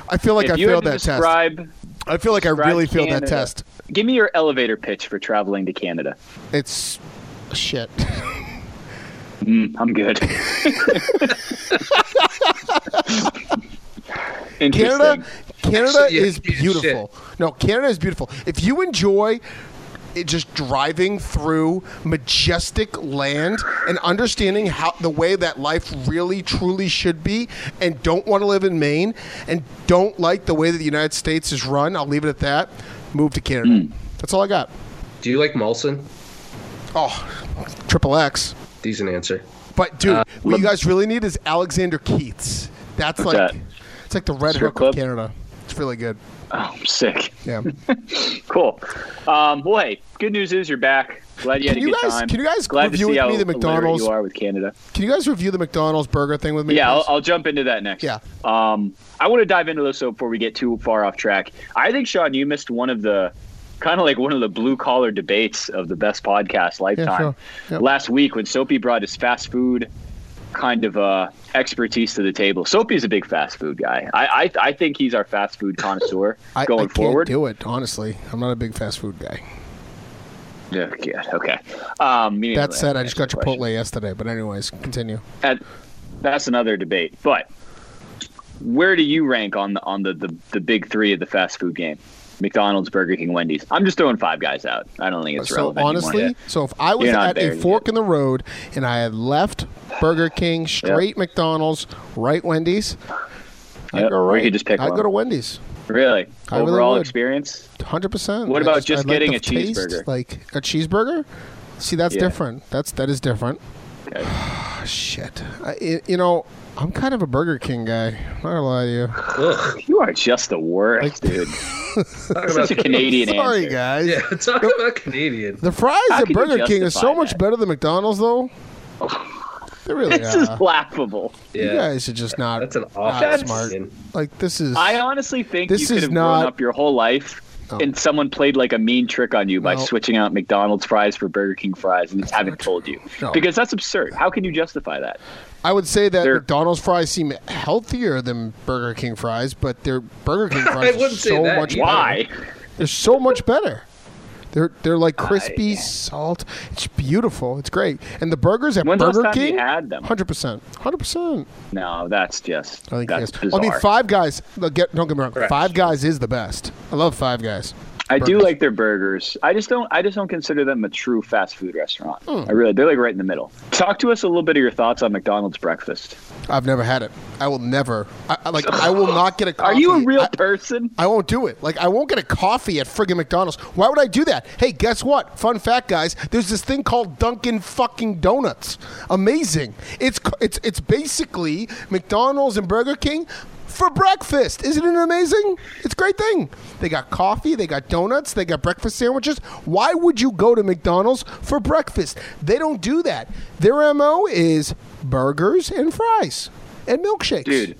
[SPEAKER 4] I feel like
[SPEAKER 3] if
[SPEAKER 4] I
[SPEAKER 3] you
[SPEAKER 4] failed
[SPEAKER 3] had to
[SPEAKER 4] that test.
[SPEAKER 3] describe,
[SPEAKER 4] I feel like I
[SPEAKER 3] describe
[SPEAKER 4] really failed that
[SPEAKER 3] Canada-
[SPEAKER 4] test.
[SPEAKER 3] Give me your elevator pitch for traveling to Canada.
[SPEAKER 4] It's shit.
[SPEAKER 3] I'm good. Interesting.
[SPEAKER 4] Canada, Canada
[SPEAKER 5] Actually, yeah,
[SPEAKER 4] is
[SPEAKER 5] yeah, shit.
[SPEAKER 4] beautiful. No, Canada is beautiful. If you enjoy it just driving through majestic land and understanding how the way that life really truly should be and don't want to live in Maine and don't like the way that the United States is run, I'll leave it at that. Move to Canada.
[SPEAKER 3] Hmm.
[SPEAKER 4] That's all I got.
[SPEAKER 5] Do you like Molson?
[SPEAKER 4] Oh, triple X.
[SPEAKER 5] Decent answer.
[SPEAKER 4] But dude,
[SPEAKER 3] Uh,
[SPEAKER 4] what you guys really need is Alexander Keats. That's like
[SPEAKER 3] that?
[SPEAKER 4] it's like the red hook
[SPEAKER 3] Strip
[SPEAKER 4] of
[SPEAKER 3] club?
[SPEAKER 4] Canada. It's really good.
[SPEAKER 3] Oh, I'm sick.
[SPEAKER 4] Yeah.
[SPEAKER 3] Cool. Um, well, hey, good news is you're back. Glad you had
[SPEAKER 4] Can
[SPEAKER 3] a
[SPEAKER 4] you
[SPEAKER 3] good
[SPEAKER 4] guys-
[SPEAKER 3] time.
[SPEAKER 4] can you guys
[SPEAKER 3] Glad
[SPEAKER 4] review
[SPEAKER 3] to see
[SPEAKER 4] with
[SPEAKER 3] how
[SPEAKER 4] me the
[SPEAKER 3] illiterate
[SPEAKER 4] McDonald's?
[SPEAKER 3] you are with Canada?
[SPEAKER 4] Can you guys review the McDonald's burger thing with me?
[SPEAKER 3] Yeah, I'll,
[SPEAKER 4] please?
[SPEAKER 3] I'll jump into that next.
[SPEAKER 4] Yeah.
[SPEAKER 3] Um, I want to dive into this so before we get too far off track. I think Sean, you missed one of the kind of like one of the blue collar debates of the best podcast lifetime
[SPEAKER 4] sure. Yep.
[SPEAKER 3] last week when Soapy brought his fast food kind of uh, expertise to the table. Soapy's a big fast food guy. I I, I think he's our fast food connoisseur
[SPEAKER 4] I, I
[SPEAKER 3] going
[SPEAKER 4] can't
[SPEAKER 3] forward.
[SPEAKER 4] do it honestly. I'm not a big fast food guy.
[SPEAKER 3] Oh, God. Okay. Um, meaning
[SPEAKER 4] That said, I just got
[SPEAKER 3] answered the question.
[SPEAKER 4] Chipotle yesterday. But anyways, continue.
[SPEAKER 3] That- that's another debate. But where do you rank on the on the, the, the big three of the fast food game? McDonald's, Burger King, Wendy's. I'm just throwing five guys out. I don't think it's
[SPEAKER 4] So
[SPEAKER 3] relevant. anymore.
[SPEAKER 4] honestly, so if I was
[SPEAKER 3] You're not
[SPEAKER 4] at
[SPEAKER 3] there
[SPEAKER 4] a
[SPEAKER 3] yet.
[SPEAKER 4] fork in the road and I had left Burger King, straight McDonald's, right Wendy's,
[SPEAKER 3] Yep,
[SPEAKER 4] I'd go
[SPEAKER 3] or
[SPEAKER 4] right.
[SPEAKER 3] you could just pick
[SPEAKER 4] I'd
[SPEAKER 3] one.
[SPEAKER 4] go to Wendy's.
[SPEAKER 3] really
[SPEAKER 4] I really
[SPEAKER 3] overall
[SPEAKER 4] would.
[SPEAKER 3] experience.
[SPEAKER 4] Hundred percent.
[SPEAKER 3] What about just getting a cheeseburger?
[SPEAKER 4] Like a cheeseburger? See, that's
[SPEAKER 3] Yeah.
[SPEAKER 4] different. That's that is different.
[SPEAKER 3] Okay.
[SPEAKER 4] Ah, shit. I, i- you know, I'm kind of a Burger King guy. I'm not gonna lie to you.
[SPEAKER 5] Ugh.
[SPEAKER 3] You are just the worst, dude.
[SPEAKER 5] Talk about,
[SPEAKER 3] Such a Canadian
[SPEAKER 4] Sorry,
[SPEAKER 3] answer.
[SPEAKER 4] guys.
[SPEAKER 5] yeah, talk about Canadian.
[SPEAKER 4] The fries
[SPEAKER 3] How
[SPEAKER 4] at
[SPEAKER 3] can you
[SPEAKER 4] Burger King is so
[SPEAKER 3] justify
[SPEAKER 4] much
[SPEAKER 3] that?
[SPEAKER 4] better than McDonald's, though. They really
[SPEAKER 3] This
[SPEAKER 4] are.
[SPEAKER 3] is laughable.
[SPEAKER 4] You
[SPEAKER 5] Yeah,
[SPEAKER 4] guys are just not.
[SPEAKER 5] that's an
[SPEAKER 4] not
[SPEAKER 5] awful
[SPEAKER 4] smart.
[SPEAKER 5] smart.
[SPEAKER 4] Like this is.
[SPEAKER 3] I honestly think
[SPEAKER 4] This
[SPEAKER 3] you could
[SPEAKER 4] is
[SPEAKER 3] have
[SPEAKER 4] not- Oh.
[SPEAKER 3] grown up your whole life and someone played like a mean trick on you by
[SPEAKER 4] No.
[SPEAKER 3] switching out McDonald's fries for Burger King fries and just haven't told you.
[SPEAKER 4] No.
[SPEAKER 3] Because that's absurd. How can you justify that?
[SPEAKER 4] I would say that
[SPEAKER 3] They're-
[SPEAKER 4] McDonald's fries seem healthier than Burger King fries, but their Burger King fries are
[SPEAKER 5] wouldn't say
[SPEAKER 4] so
[SPEAKER 5] that
[SPEAKER 4] much
[SPEAKER 5] either.
[SPEAKER 4] better.
[SPEAKER 3] Why?
[SPEAKER 4] They're so much better. They're they're like crispy salt. It's beautiful. It's great. And the burgers at
[SPEAKER 3] When's the last
[SPEAKER 4] Burger
[SPEAKER 3] time you
[SPEAKER 4] King,
[SPEAKER 3] had them?
[SPEAKER 4] hundred percent, hundred percent.
[SPEAKER 3] No, that's just
[SPEAKER 4] I think
[SPEAKER 3] that's
[SPEAKER 4] yes.
[SPEAKER 3] bizarre.
[SPEAKER 4] I mean, Five Guys. look, get- Don't get me wrong.
[SPEAKER 5] Correct.
[SPEAKER 4] Five Guys is the best. I love Five Guys.
[SPEAKER 3] I do
[SPEAKER 4] burgers.
[SPEAKER 3] like their burgers. I just don't. I just don't consider them a true fast food restaurant.
[SPEAKER 4] Hmm.
[SPEAKER 3] I really. They're like right in the middle. Talk to us a little bit of your thoughts on McDonald's breakfast.
[SPEAKER 4] I've never had it. I will never. I, I- like I will not get a.
[SPEAKER 3] Are
[SPEAKER 4] Coffee.
[SPEAKER 3] you a real
[SPEAKER 4] I-
[SPEAKER 3] person?
[SPEAKER 4] I won't do it. Like I won't get a coffee at friggin' McDonald's. Why would I do that? Hey, guess what? Fun fact, guys. There's this thing called Dunkin' fucking Donuts. Amazing. It's c- it's it's basically McDonald's and Burger King for breakfast. Isn't it amazing? It's a great thing. They got coffee. They got donuts. They got breakfast sandwiches. Why would you go to McDonald's for breakfast? They don't do that. Their mo is burgers and fries and milkshakes.
[SPEAKER 3] Dude,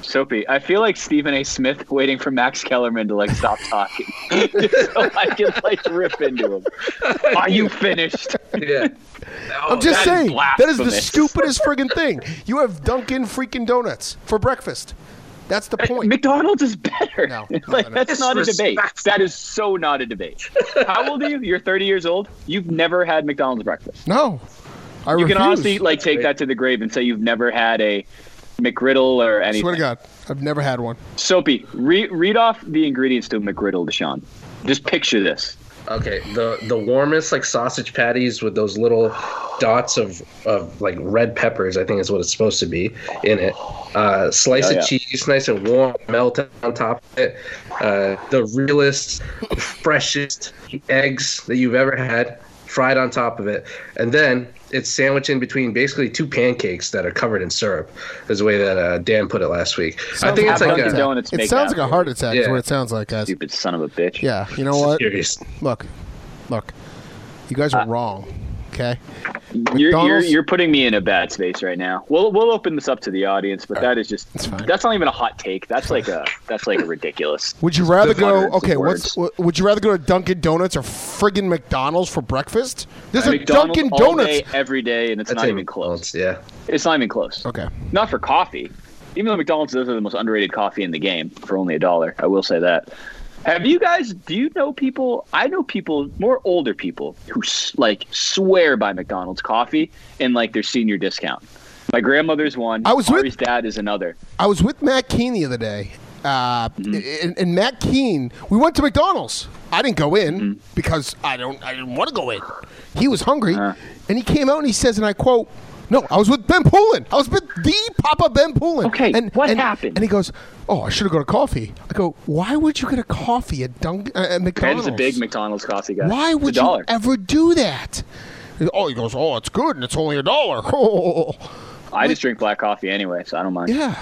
[SPEAKER 3] Soapy, I feel like Stephen A. Smith waiting for Max Kellerman to like stop talking, Just so I can like rip into him. Are you finished?
[SPEAKER 5] Yeah,
[SPEAKER 4] I'm just
[SPEAKER 3] Oh, that is
[SPEAKER 4] saying that is the
[SPEAKER 3] blasphemous.
[SPEAKER 4] stupidest friggin' thing. You have Dunkin' freaking donuts for breakfast. That's the point.
[SPEAKER 3] McDonald's is better.
[SPEAKER 4] No, no,
[SPEAKER 3] like
[SPEAKER 4] no.
[SPEAKER 3] that's not a debate.
[SPEAKER 5] Disrespectful.
[SPEAKER 3] That is so not a debate. How old are you? You're 30 years old. You've never had McDonald's breakfast.
[SPEAKER 4] no, I
[SPEAKER 3] You
[SPEAKER 4] refuse.
[SPEAKER 3] can honestly like take
[SPEAKER 5] great.
[SPEAKER 3] that to the grave and say you've never had a McGriddle or anything.
[SPEAKER 4] Swear to God, I've never had one.
[SPEAKER 3] Soapy, re- read off the ingredients to a McGriddle, Deshaun. Just picture this.
[SPEAKER 5] Okay, the the warmest like sausage patties with those little dots of of like red peppers, I think is what it's supposed to be in it. Uh, slice
[SPEAKER 3] Oh, yeah.
[SPEAKER 5] of cheese, nice and warm, melt on top of it. Uh, the realest, freshest eggs that you've ever had, fried on top of it, and then it's sandwiched in between basically two pancakes that are covered in syrup. Is the way that uh, Dan put it last week. I
[SPEAKER 4] Sounds
[SPEAKER 5] think
[SPEAKER 4] like
[SPEAKER 5] it's
[SPEAKER 4] a heart
[SPEAKER 5] like
[SPEAKER 3] Dunkin'
[SPEAKER 4] attack.
[SPEAKER 5] a,
[SPEAKER 3] Donuts
[SPEAKER 4] It
[SPEAKER 3] make
[SPEAKER 4] sounds
[SPEAKER 3] that.
[SPEAKER 4] like a heart attack. Is
[SPEAKER 5] Yeah.
[SPEAKER 4] what it sounds like, guys.
[SPEAKER 3] Stupid son of a bitch.
[SPEAKER 4] Yeah, you know what?
[SPEAKER 5] serious.
[SPEAKER 4] Look, look, you guys
[SPEAKER 3] Uh,
[SPEAKER 4] are wrong. Okay,
[SPEAKER 3] You're, you're,
[SPEAKER 4] McDonald's-
[SPEAKER 3] you're putting me in a bad space right now. We'll we'll open this up to the audience, but that is just
[SPEAKER 4] It's fine.
[SPEAKER 3] that's not even a hot take. That's like a that's like a ridiculous.
[SPEAKER 4] would you rather
[SPEAKER 3] There's
[SPEAKER 4] go?
[SPEAKER 3] hundreds of
[SPEAKER 4] Okay, what's
[SPEAKER 3] words.
[SPEAKER 4] wh- would you rather go to Dunkin' Donuts or friggin' McDonald's for breakfast? There's a
[SPEAKER 3] McDonald's
[SPEAKER 4] Dunkin'
[SPEAKER 3] all
[SPEAKER 4] Donuts.
[SPEAKER 3] day, every day, and it's
[SPEAKER 5] That's
[SPEAKER 3] not
[SPEAKER 5] it.
[SPEAKER 3] even close.
[SPEAKER 5] Yeah.
[SPEAKER 3] It's not even close.
[SPEAKER 4] Okay,
[SPEAKER 3] Not for coffee. Even though McDonald's those are the most underrated coffee in the game for only a dollar. I will say that. Have you guys? Do you know people? I know people, more older people, who s- like swear by McDonald's coffee and like their senior discount. My grandmother's one.
[SPEAKER 4] I was with-
[SPEAKER 3] Ari's dad is another.
[SPEAKER 4] I was with Matt Keene the other day, uh,
[SPEAKER 3] Mm-hmm.
[SPEAKER 4] and, and Matt Keene, we went to McDonald's. I didn't go in
[SPEAKER 3] Mm-hmm.
[SPEAKER 4] because I don't, I didn't want to go in. He was hungry,
[SPEAKER 3] Uh-huh.
[SPEAKER 4] and he came out and he says, and I quote, "No, I was with Ben Poulin. I was with the Papa Ben Poulin."
[SPEAKER 3] Okay,
[SPEAKER 4] and,
[SPEAKER 3] what
[SPEAKER 4] and-
[SPEAKER 3] happened?
[SPEAKER 4] And he goes, "Oh, I should have got a coffee." I go, "Why would you get a coffee at, Dunk- uh, at McDonald's?"
[SPEAKER 3] Ben's a big McDonald's coffee guy.
[SPEAKER 4] Why
[SPEAKER 3] It's a
[SPEAKER 4] would you
[SPEAKER 3] dollar.
[SPEAKER 4] ever do that? Oh, he goes, "Oh, it's good, and it's only a dollar." Oh,
[SPEAKER 3] I just drink black coffee anyway, so I don't mind.
[SPEAKER 4] Yeah.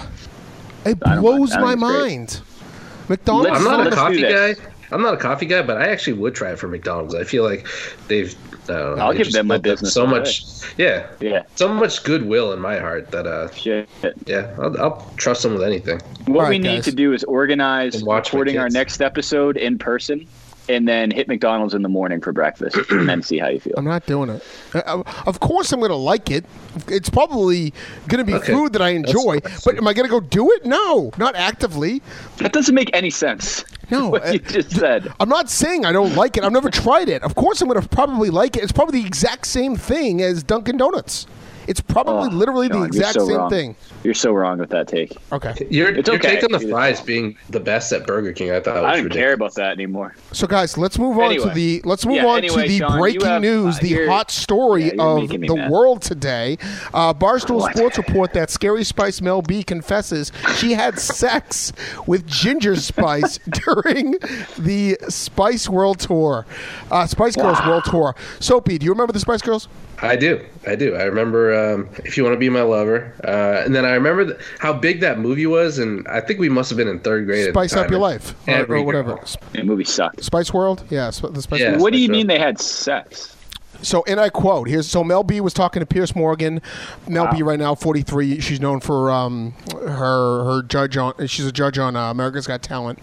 [SPEAKER 4] It
[SPEAKER 3] I don't
[SPEAKER 4] blows
[SPEAKER 3] mind. I
[SPEAKER 4] my
[SPEAKER 3] think it's great.
[SPEAKER 4] mind. McDonald's.
[SPEAKER 5] I'm not a
[SPEAKER 3] Let's do
[SPEAKER 5] coffee guy.
[SPEAKER 3] this.
[SPEAKER 5] I'm not a coffee guy, but I actually would try it for McDonald's. I feel like they've. I don't know,
[SPEAKER 3] I'll
[SPEAKER 5] they
[SPEAKER 3] give
[SPEAKER 5] just
[SPEAKER 3] them my
[SPEAKER 5] built up
[SPEAKER 3] business
[SPEAKER 5] So
[SPEAKER 3] right
[SPEAKER 5] much, yeah,
[SPEAKER 3] Yeah.
[SPEAKER 5] so much goodwill in my heart that uh,
[SPEAKER 3] Shit.
[SPEAKER 5] yeah, I'll, I'll trust them with anything.
[SPEAKER 3] What
[SPEAKER 4] All right,
[SPEAKER 3] we need
[SPEAKER 4] guys.
[SPEAKER 3] to do is organize
[SPEAKER 5] And watch my
[SPEAKER 3] recording our
[SPEAKER 5] kids.
[SPEAKER 3] next episode in person, and then hit McDonald's in the morning for breakfast, and then see how you feel.
[SPEAKER 4] I'm not doing it. Uh, uh, Of course, I'm going to like it. It's probably going to be
[SPEAKER 5] Okay.
[SPEAKER 4] food that I enjoy.
[SPEAKER 5] That's-
[SPEAKER 4] But am I going to go do it? No, not actively.
[SPEAKER 3] That doesn't make any sense.
[SPEAKER 4] No,
[SPEAKER 3] What you
[SPEAKER 4] uh,
[SPEAKER 3] just said.
[SPEAKER 4] I'm not saying I don't like it. I've never tried it. Of course, I'm going to probably like it. It's probably the exact same thing as Dunkin' Donuts. It's probably
[SPEAKER 3] Oh,
[SPEAKER 4] literally the
[SPEAKER 3] John, you're
[SPEAKER 4] exact
[SPEAKER 3] so
[SPEAKER 4] same
[SPEAKER 3] wrong.
[SPEAKER 4] thing.
[SPEAKER 3] You're so wrong with that take.
[SPEAKER 4] Okay.
[SPEAKER 5] Your,
[SPEAKER 3] It's
[SPEAKER 5] your
[SPEAKER 3] okay.
[SPEAKER 5] take on the
[SPEAKER 3] It's-
[SPEAKER 5] fries being the best at Burger King, I thought was
[SPEAKER 3] I don't
[SPEAKER 5] ridiculous.
[SPEAKER 3] care about that anymore.
[SPEAKER 4] So, guys, let's move on to
[SPEAKER 3] Anyway.
[SPEAKER 4] the let's move
[SPEAKER 3] Yeah,
[SPEAKER 4] on
[SPEAKER 3] anyway,
[SPEAKER 4] to the
[SPEAKER 3] Sean, you
[SPEAKER 4] breaking
[SPEAKER 3] have-
[SPEAKER 4] news,
[SPEAKER 3] uh,
[SPEAKER 4] the
[SPEAKER 3] you're-
[SPEAKER 4] hot story
[SPEAKER 3] yeah, you're
[SPEAKER 4] of
[SPEAKER 3] making me
[SPEAKER 4] the
[SPEAKER 3] mad.
[SPEAKER 4] world today. Uh, Barstool
[SPEAKER 3] What?
[SPEAKER 4] Sports report that Scary Spice Mel B confesses she had sex with Ginger Spice during the Spice World tour, uh, Spice Girls World tour. Soapy, do you remember the Spice Girls?
[SPEAKER 5] I do. I do. I remember um, If You Want to Be My Lover. Uh, and then I remember th- how big that movie was. And I think we must have been in third grade. at the
[SPEAKER 4] Spice
[SPEAKER 5] time.
[SPEAKER 4] Up Your Life or- or,
[SPEAKER 5] Every
[SPEAKER 4] whatever.
[SPEAKER 5] girl.
[SPEAKER 4] Sp-
[SPEAKER 3] The movie sucked.
[SPEAKER 4] Spice World, yeah, sp- the Spice
[SPEAKER 5] Yeah.
[SPEAKER 4] World.
[SPEAKER 3] what do you
[SPEAKER 5] that's
[SPEAKER 3] mean they had sex?
[SPEAKER 4] So, and I quote here's so Mel B was talking to Pierce Morgan. Mel B right now, 43. She's known for um, her her judge on. She's a judge on uh, America's Got Talent.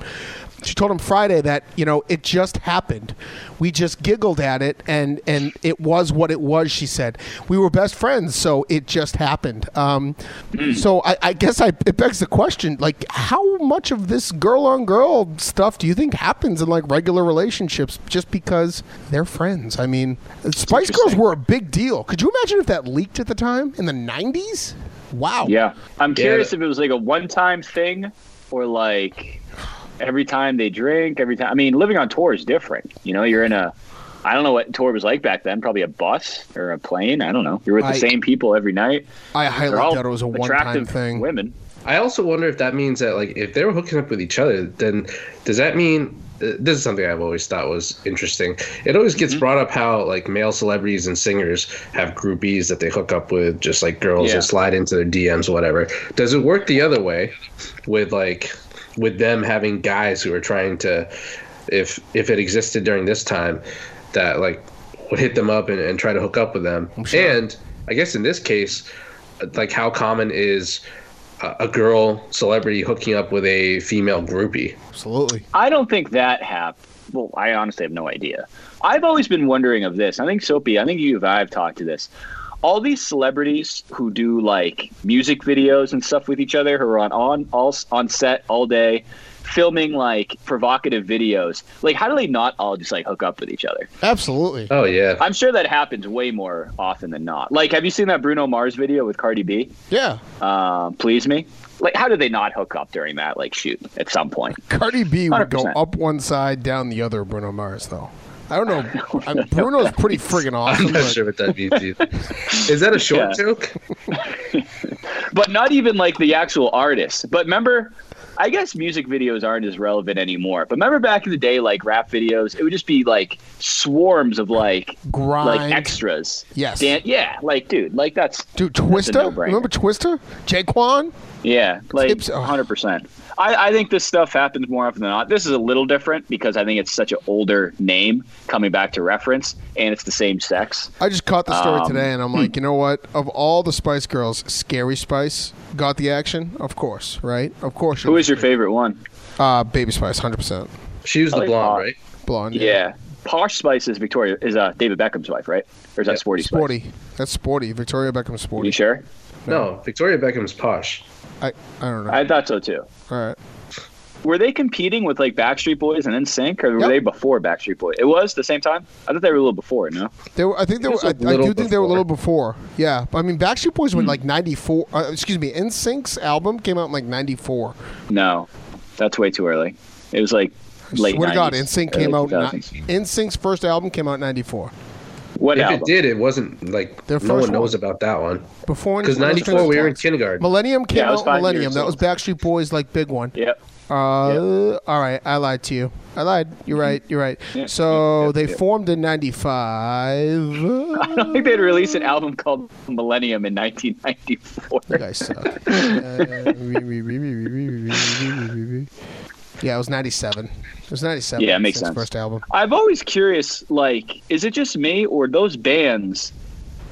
[SPEAKER 4] She told him Friday that you know it just happened. We just giggled at it, and and it was what it was. She said we were best friends, so it just happened. Um,
[SPEAKER 3] Hmm.
[SPEAKER 4] So I, I guess I it begs the question: like, how much of this girl on girl stuff do you think happens in like regular relationships just because they're friends? I mean, Spice Girls
[SPEAKER 3] interesting.
[SPEAKER 4] were a big deal. Could you imagine if that leaked at the time in the '90s? Wow.
[SPEAKER 3] Yeah. I'm curious
[SPEAKER 5] that-
[SPEAKER 3] if it was like a one time thing or like every time they drink, every time. I mean, living on tour is different. You know, you're in a. I don't know what tour was like back then. Probably a bus or a plane. I don't know. You're with
[SPEAKER 4] I-
[SPEAKER 3] the same people every night.
[SPEAKER 4] I
[SPEAKER 3] They're
[SPEAKER 4] highlight
[SPEAKER 3] all
[SPEAKER 4] that it was a one-time
[SPEAKER 3] attractive
[SPEAKER 4] thing.
[SPEAKER 3] Women.
[SPEAKER 5] I also wonder if that means that, like, if they were hooking up with each other, then does that mean. uh, This is something I've always thought was interesting. It always gets brought up how like male celebrities and singers have groupies that they hook up with, just like girls
[SPEAKER 3] Yeah.
[SPEAKER 5] that slide into their DMs, whatever. Does it work the other way, with like with them having guys who are trying to, if if it existed during this time, that like would hit them up and, and try to hook up with them. And I guess in this case, like how common is a a girl celebrity hooking up with a female groupie.
[SPEAKER 4] Absolutely.
[SPEAKER 3] I don't think that happened. Well, I honestly have no idea. I've always been wondering of this. I think Soapy, I think you and I have talked to this. All these celebrities who do like music videos and stuff with each other, who are on on all on set all day, filming like provocative videos. Like, how do they not all just like hook up with each other?
[SPEAKER 4] Absolutely.
[SPEAKER 5] Oh yeah,
[SPEAKER 3] I'm sure that happens way more often than not. Like, have you seen that Bruno Mars video with Cardi B?
[SPEAKER 4] Yeah.
[SPEAKER 3] Uh, Please me. Like, how do they not hook up during that like shoot at some point?
[SPEAKER 4] Cardi B would go
[SPEAKER 3] 100%.
[SPEAKER 4] up one side, down the other. Bruno Mars, though. I don't know. I Bruno's pretty friggin' awesome.
[SPEAKER 5] I'm not
[SPEAKER 4] but-
[SPEAKER 5] sure what that means. either. Is that a short
[SPEAKER 3] Yeah.
[SPEAKER 5] joke?
[SPEAKER 3] but not even like the actual artist. But remember, I guess music videos aren't as relevant anymore. But remember back in the day, like rap videos, it would just be like swarms of like
[SPEAKER 4] Grind.
[SPEAKER 3] like extras.
[SPEAKER 4] Yes.
[SPEAKER 3] Dan- yeah, like dude, like that's
[SPEAKER 4] Dude,
[SPEAKER 3] that's a
[SPEAKER 4] Twista.
[SPEAKER 3] no-brainer.
[SPEAKER 4] Remember Twista? Jaquan.
[SPEAKER 3] Yeah, like
[SPEAKER 4] Tips- oh.
[SPEAKER 3] hundred percent. I, I think this stuff happens more often than not. This is a little different because I think it's such an older name coming back to reference, and it's the same sex.
[SPEAKER 4] I just caught the story
[SPEAKER 3] Um,
[SPEAKER 4] today, and I'm like, you know what? Of all the Spice Girls, Scary Spice got the action, of course, right? Of course.
[SPEAKER 3] Who is your favorite one?
[SPEAKER 4] Uh, Baby Spice, 100%.
[SPEAKER 5] She was the
[SPEAKER 3] Like,
[SPEAKER 5] blonde,
[SPEAKER 3] uh,
[SPEAKER 5] right?
[SPEAKER 4] Blonde.
[SPEAKER 3] Yeah. Posh Spice is Victoria is uh, David Beckham's wife, right? Or is that Sporty Spice?
[SPEAKER 4] Sporty. That's Sporty. Victoria Beckham Sporty.
[SPEAKER 3] You sure?
[SPEAKER 5] No, Victoria Beckham's posh.
[SPEAKER 4] I, I don't know.
[SPEAKER 3] I thought so too.
[SPEAKER 4] all right.
[SPEAKER 3] Were they competing with like Backstreet Boys and NSYNC, or were
[SPEAKER 4] Yep.
[SPEAKER 3] they before Backstreet Boys? It was the same time. I thought they were a little before. No,
[SPEAKER 4] They were, I think they were.
[SPEAKER 5] was
[SPEAKER 4] I, I
[SPEAKER 5] a
[SPEAKER 4] do
[SPEAKER 5] little
[SPEAKER 4] think they were a
[SPEAKER 5] before.
[SPEAKER 4] little before. Yeah, I mean, Backstreet Boys
[SPEAKER 3] Hmm.
[SPEAKER 4] were like '94. Uh, excuse me, NSYNC's album came out in like '94.
[SPEAKER 3] no, that's way too early. It was like late.
[SPEAKER 4] Swear to God,
[SPEAKER 3] 90s,
[SPEAKER 4] NSYNC
[SPEAKER 3] early
[SPEAKER 4] came out. Ni-
[SPEAKER 3] 2000s.
[SPEAKER 4] NSYNC's first album came out in '94.
[SPEAKER 3] What
[SPEAKER 5] If
[SPEAKER 3] album?
[SPEAKER 5] it did, it wasn't like
[SPEAKER 4] Their
[SPEAKER 5] no
[SPEAKER 4] first
[SPEAKER 5] one knows
[SPEAKER 4] one.
[SPEAKER 5] about that one.
[SPEAKER 4] Before
[SPEAKER 5] Because
[SPEAKER 4] NSYNC's
[SPEAKER 5] 94, we were in
[SPEAKER 4] first-
[SPEAKER 5] kindergarten.
[SPEAKER 4] Millennium came
[SPEAKER 3] Yeah, I was
[SPEAKER 4] out.
[SPEAKER 3] five
[SPEAKER 4] Millennium.
[SPEAKER 3] years
[SPEAKER 4] That was
[SPEAKER 3] old.
[SPEAKER 4] Backstreet Boys, like big one.
[SPEAKER 3] Yep.
[SPEAKER 4] Uh, All right, I lied to you. I lied. You're right. You're right.
[SPEAKER 3] Mm-hmm. Yeah,
[SPEAKER 4] So
[SPEAKER 3] yeah, yeah,
[SPEAKER 4] they
[SPEAKER 3] yeah.
[SPEAKER 4] formed in '95.
[SPEAKER 3] I don't think they'd release an album called Millennium in 1994.
[SPEAKER 4] You guys suck. yeah, it was 97. It was 97.
[SPEAKER 3] Yeah, it makes
[SPEAKER 4] That's
[SPEAKER 3] sense.
[SPEAKER 4] First album.
[SPEAKER 3] I'm always curious, like, is it just me or those bands?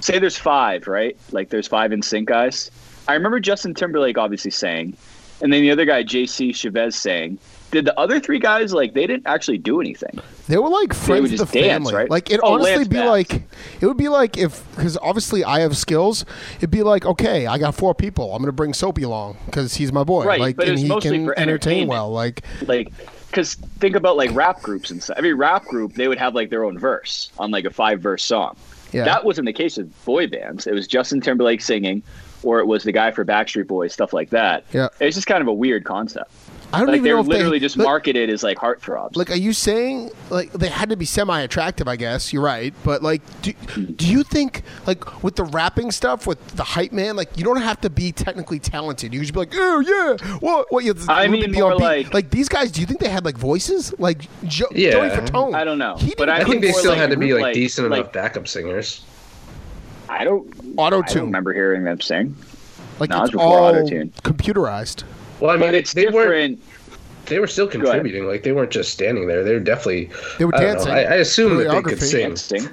[SPEAKER 3] Say there's five, right? Like, there's five in sync guys. I remember Justin Timberlake obviously sang, and then the other guy, JC Chavez, sang. Did the other three guys, like, they didn't actually do anything?
[SPEAKER 4] They were like friends of the
[SPEAKER 3] just dance,
[SPEAKER 4] family.
[SPEAKER 3] right?
[SPEAKER 4] Like it
[SPEAKER 3] Oh,
[SPEAKER 4] honestly
[SPEAKER 3] Lance
[SPEAKER 4] be
[SPEAKER 3] Bass.
[SPEAKER 4] like it would be like if because obviously I have skills. It'd be like okay, I got four people. I'm gonna bring Soapy along because he's my boy.
[SPEAKER 3] Right,
[SPEAKER 4] like
[SPEAKER 3] but it
[SPEAKER 4] and
[SPEAKER 3] was
[SPEAKER 4] he
[SPEAKER 3] mostly
[SPEAKER 4] can
[SPEAKER 3] for
[SPEAKER 4] entertain
[SPEAKER 3] entertainment.
[SPEAKER 4] well. Like
[SPEAKER 3] Like, because think about like rap groups and stuff. Every rap group they would have like their own verse on like a five verse song.
[SPEAKER 4] Yeah.
[SPEAKER 3] That wasn't the case with boy bands. It was Justin Timberlake singing, or it was the guy for Backstreet Boys, stuff like that.
[SPEAKER 4] Yeah.
[SPEAKER 3] It's just kind of a weird concept.
[SPEAKER 4] I don't
[SPEAKER 3] Like
[SPEAKER 4] even
[SPEAKER 3] they're
[SPEAKER 4] know if
[SPEAKER 3] literally
[SPEAKER 4] they,
[SPEAKER 3] just
[SPEAKER 4] like-
[SPEAKER 3] marketed as like heartthrobs.
[SPEAKER 4] Like, are you saying like they had to be semi-attractive? I guess you're right, but like, do, do you think like with the rapping stuff with the hype man, like you don't have to be technically talented. You could just be like, oh yeah, what? What? You,
[SPEAKER 3] I
[SPEAKER 4] you
[SPEAKER 3] mean,
[SPEAKER 4] would be
[SPEAKER 3] more
[SPEAKER 4] on beat."
[SPEAKER 3] like-
[SPEAKER 4] like these guys. Do you think they had like voices? Like jo-
[SPEAKER 5] Yeah.
[SPEAKER 4] Joey Fatone?
[SPEAKER 3] I don't know,
[SPEAKER 4] He
[SPEAKER 3] but
[SPEAKER 4] didn't
[SPEAKER 5] I
[SPEAKER 3] I
[SPEAKER 5] think
[SPEAKER 3] think
[SPEAKER 5] they
[SPEAKER 3] more
[SPEAKER 5] still
[SPEAKER 3] like
[SPEAKER 5] had to be
[SPEAKER 3] group,
[SPEAKER 5] like,
[SPEAKER 3] like-
[SPEAKER 5] decent
[SPEAKER 3] like-
[SPEAKER 5] enough backup singers.
[SPEAKER 3] I don't I
[SPEAKER 4] auto-tune.
[SPEAKER 3] don't remember hearing them sing.
[SPEAKER 4] Like
[SPEAKER 3] Nas
[SPEAKER 4] it's
[SPEAKER 3] before
[SPEAKER 4] all
[SPEAKER 3] auto-tune.
[SPEAKER 4] computerized.
[SPEAKER 5] Well, I mean,
[SPEAKER 3] But it's
[SPEAKER 5] they weren't.
[SPEAKER 3] different.
[SPEAKER 5] They were still
[SPEAKER 3] ahead.
[SPEAKER 5] contributing. Like they weren't just standing there. They were definitely.
[SPEAKER 4] They were
[SPEAKER 5] I don't know.
[SPEAKER 4] dancing.
[SPEAKER 5] I, I assume that they could
[SPEAKER 4] Choreography.
[SPEAKER 5] sing.
[SPEAKER 3] Can't sing.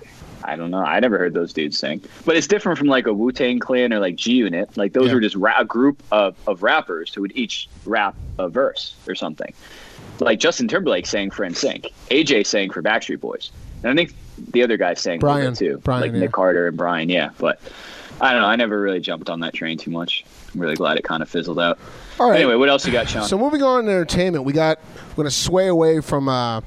[SPEAKER 3] I don't know. I never heard those dudes sing. But it's different from like a Wu Tang Clan or like G Unit. Like those
[SPEAKER 4] Yeah.
[SPEAKER 3] were just ra- a group of, of rappers who would each rap a verse or something. Like Justin Timberlake sang for NSYNC. AJ sang for Backstreet Boys. And I think the other guy sang for
[SPEAKER 4] Brian.
[SPEAKER 3] it too.
[SPEAKER 4] Brian,
[SPEAKER 3] like
[SPEAKER 4] yeah.
[SPEAKER 3] Nick Carter and Brian, yeah. But I don't know. I never really jumped on that train too much. I'm really glad it kind of fizzled out.
[SPEAKER 4] All right.
[SPEAKER 3] Anyway, what else you got, Sean?
[SPEAKER 4] So moving on to entertainment, we got we're gonna sway away from uh,